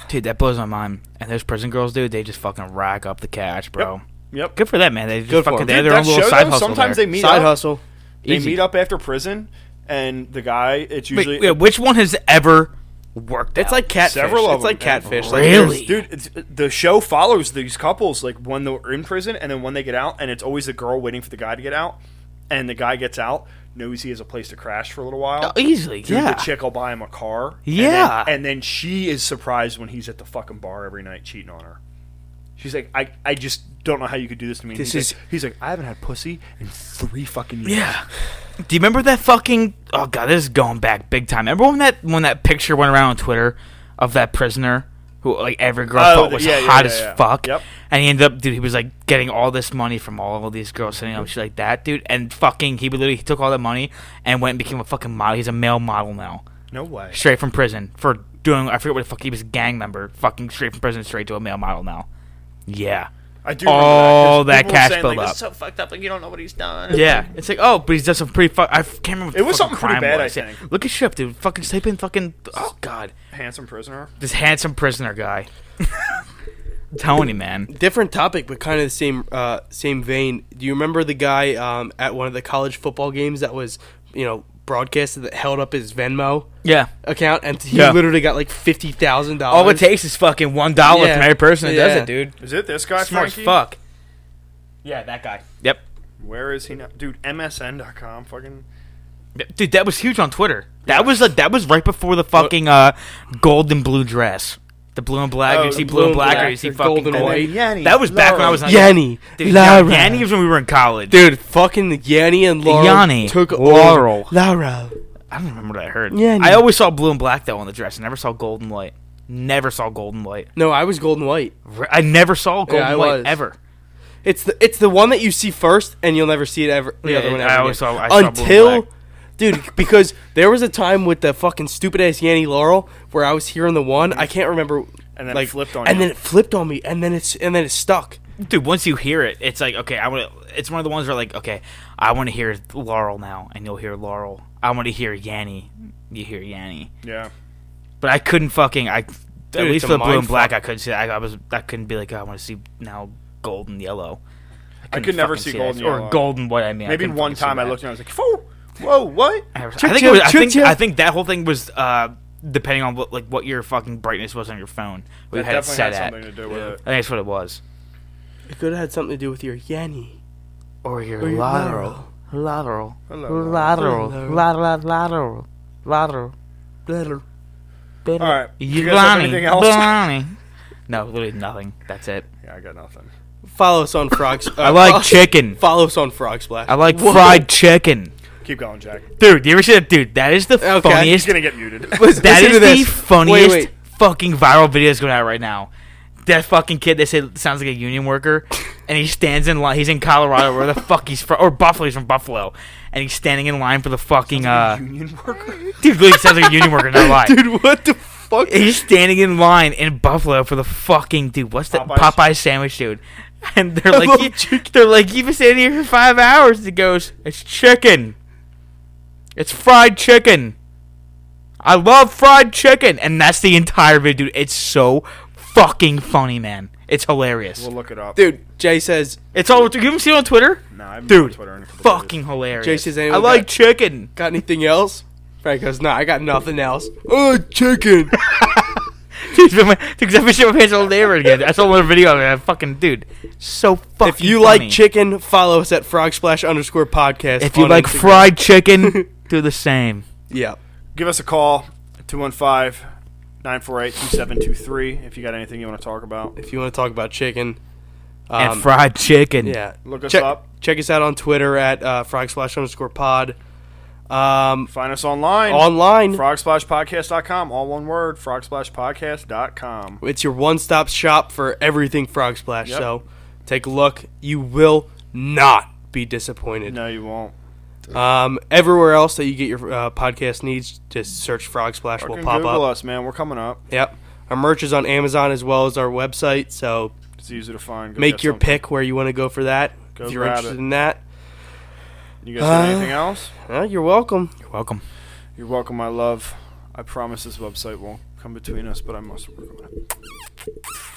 A: Dude, that blows my mind. And those prison girls, dude, they just fucking rack up the cash, bro.
C: Yep.
A: Good for them, man. They just
B: Good for
A: fucking
B: them.
A: they have
C: Dude,
A: their own
C: that
A: little
C: show,
A: side
C: though,
A: hustle.
C: sometimes
A: there.
C: they meet
B: side
C: up.
B: hustle.
C: They
A: Easy.
C: meet up after prison, and the guy. It's
A: Wait,
C: usually
A: yeah, which one has ever worked?
B: It's
A: out?
B: like catfish.
C: Several of
B: it's like
C: them, man.
B: catfish.
A: Really?
B: Like,
C: Dude, it's, the show follows these couples like when they're in prison and then when they get out, and it's always the girl waiting for the guy to get out, and the guy gets out, knows he has a place to crash for a little while.
A: Oh, easily.
C: Dude,
A: yeah.
C: the chick will buy him a car. and
A: Yeah.
C: then- And then, she is surprised when he's at the fucking bar every night cheating on her. She's like, I, I just don't know how you could do this to me. And
B: This
C: he's,
B: is-
C: like, he's like, I haven't had pussy in three fucking years.
A: Yeah. Do you remember that fucking? Oh god, this is going back big time. Remember when that when that picture went around on Twitter of that prisoner who like every girl
C: Oh,
A: thought
C: the-
A: was
C: yeah, yeah,
A: hot
C: yeah,
A: as
C: yeah.
A: fuck,
C: Yep.
A: and he ended up, dude, he was like getting all this money from all of these girls sending him shit like that, dude, and fucking he literally he took all that money and went and became a fucking model. He's a male model now,
C: No way.
A: straight from prison for doing I forget what the fuck he was a gang member, fucking straight from prison straight to a male model now. Yeah.
C: I do. remember
A: All
C: 'cause
A: Oh, that,
C: people were
A: cash
C: saying,
A: build
C: like,
A: up.
C: This is so fucked up. Like you don't know what he's done.
A: Yeah, it's like oh, but he's done some pretty fuck. I can't remember. What
C: It
A: the
C: was
A: fucking
C: something pretty
A: crime
C: bad, I
A: was. Yeah.
C: think.
A: Look at shit up, dude. Fucking type in fucking. Oh god,
C: Handsome prisoner.
A: this handsome prisoner guy. I'm telling you, man.
B: Different topic, but kind of the same uh, same vein. Do you remember the guy um, at one of the college football games that was you know broadcasted that held up his Venmo
A: Yeah.
B: account and he
A: Yeah.
B: literally got like fifty thousand dollars.
A: All it takes is fucking one dollar
B: Yeah.
A: from every person that does
B: Yeah.
A: it, dude.
C: Is it this guy?
A: Smart as
C: Frankie?
A: fuck. Yeah, that guy. Yep.
C: Where is he now, dude? MSN.com. Fucking.
A: Yep. Dude, that was huge on Twitter. That was like that was right before the fucking uh, gold and blue dress. The blue and black.
C: Oh,
A: you see
C: the
A: blue and black, or you see
B: the
A: fucking
B: gold and
A: gold.
B: white.
C: Yanni,
A: That was back when I
C: Laura.
A: was on
B: Yanni,
A: Dude, yeah,
B: Lara.
A: Yanni was when we were in college.
B: Dude, fucking Yanni and Laurel
A: Yanni,
B: took
A: Laurel.
B: over. Laurel.
A: I don't remember what I heard.
B: Yeah,
A: I
B: no.
A: always saw blue and black though on the dress. I never saw gold and white. Never saw gold and white.
B: No, I was gold and white.
A: Re- I never saw gold
B: Yeah, I
A: and white
B: was.
A: ever.
B: It's the it's the one that you see first, and you'll never see it ever. The
A: Yeah,
B: other one
A: I
B: ever
A: always
B: again.
A: saw- I saw blue and
B: until,
A: black.
B: dude, because there was a time with the fucking stupid ass Yanni Laurel where I was hearing the one I can't remember,
C: And then it
B: like,
C: flipped on
B: and
C: you.
B: then it flipped on me, and then it's and then it stuck.
A: Dude, once you hear it, it's like okay, I want. It's one of the ones where like okay, I want to hear Laurel now, and you'll hear Laurel. I want to hear Yanni. You hear Yanni,
C: Yeah.
A: but I couldn't fucking. I at
B: it's
A: least
B: a
A: for the blue and
B: mindfuck.
A: black, I couldn't see. I, I was I couldn't be like, oh, I want to see now gold and yellow.
C: I
A: couldn't
C: could never
A: fucking
C: see
A: that.
C: gold and
A: or
C: yellow.
A: gold and white. I mean, I
C: Maybe
A: couldn't
C: one
A: fucking see
C: time I
A: that.
C: looked and I was like, whoa, whoa, what?
A: I was- I
D: Chip,
A: think it was, I
D: chip,
A: think
D: chip.
A: I think that whole thing was uh, depending on what like what your fucking brightness was on your phone. What you
C: That
A: had it
C: definitely
A: set
C: had
A: at. I
C: something
A: think
C: to do with
B: Yeah.
C: it.
A: that's what it was.
B: It could have had something to do with your yanny.
A: Or your,
B: Or your
A: lateral. Lateral.
C: Lateral.
A: Lateral.
D: Lateral.
A: Lateral. Lateral. Lateral.
D: Better.
A: Better.
C: All right.
A: You
C: you guys have
A: Lonnie.
C: anything else?
A: Lonnie. No, literally nothing. That's it.
C: yeah, I got nothing.
B: Follow us on Frogs.
C: Uh,
B: uh,
A: I
C: oh.
A: like chicken.
B: Follow us on Frog Splash.
A: I like
D: What?
A: fried chicken.
C: Keep going, Jack.
A: Dude, you ever see that? Dude, that is the
B: Okay.
A: funniest.
C: He's gonna get muted.
A: That is
B: Listen to
A: the
B: this.
A: funniest
B: Wait, wait.
A: fucking viral videos going out right now. That fucking kid they said sounds like a union worker, and he stands in line. He's in Colorado, where the fuck he's from, or Buffalo. He's from Buffalo, and he's standing in line for the fucking uh.
C: Union worker.
A: Dude, really sounds like a union worker. Not lie.
B: Dude, what the fuck?
A: He's standing in line in Buffalo for the fucking dude. What's that
C: Popeyes?
A: Popeye, sandwich, dude? And they're
B: love
A: like, you, they're like, you've been standing here for five hours. And he goes, it's chicken. It's fried chicken. I love fried chicken, and that's the entire video, dude. It's so fucking funny, man. It's hilarious.
C: We'll look it up.
B: Dude, Jay says,
A: It's all. You haven't seen it on Twitter?
C: Nah, I haven't been on
A: Dude,
C: Twitter in a couple of
A: fucking hilarious.
B: Jay, says
A: I
B: anyone
A: like
B: got-
A: chicken.
B: got anything else? Frank goes, nah, I got nothing else.
C: Uh,
B: Oh, chicken.
A: Dude, my, dude, I've been shitting my pants all day again. I saw one video of it. Fucking dude, so fucking.
B: if you
A: funny.
B: like chicken, follow us at Frog Splash underscore podcast.
A: If you
B: on
A: like
B: Instagram.
A: fried chicken, do the same.
B: Yeah.
C: days. Give us a call, 215-948-2723 if you got anything you want to talk about.
B: If you want to talk about chicken.
A: And
B: um,
A: fried chicken.
B: Yeah.
C: Look us
B: check,
C: up.
B: Check us out on Twitter at uh, Frog Splash underscore pod. Um,
C: Find us online.
B: online.
C: Frogsplashpodcast.com, all one word, frogsplashpodcast.com.
B: It's your one stop shop for everything Frog Splash.
C: Yep.
B: So take a look. You will not be disappointed.
C: No, you won't.
B: Um, everywhere else that you get your uh, podcast needs, just search Frog Splash. Will
C: Fucking
B: pop
C: Google
B: up.
C: us, man. We're coming up.
B: Yep. Our merch is on Amazon as well as our website. So
C: It's easy to find. Go
B: make
C: get
B: your
C: something.
B: pick where you want to go for that.
C: Go
B: if you're
C: grab
B: interested
C: it.
B: in that,
C: You guys got anything else?
B: Uh, you're welcome.
A: You're welcome.
C: You're welcome, my love. I promise this website won't come between us, but I must work on it.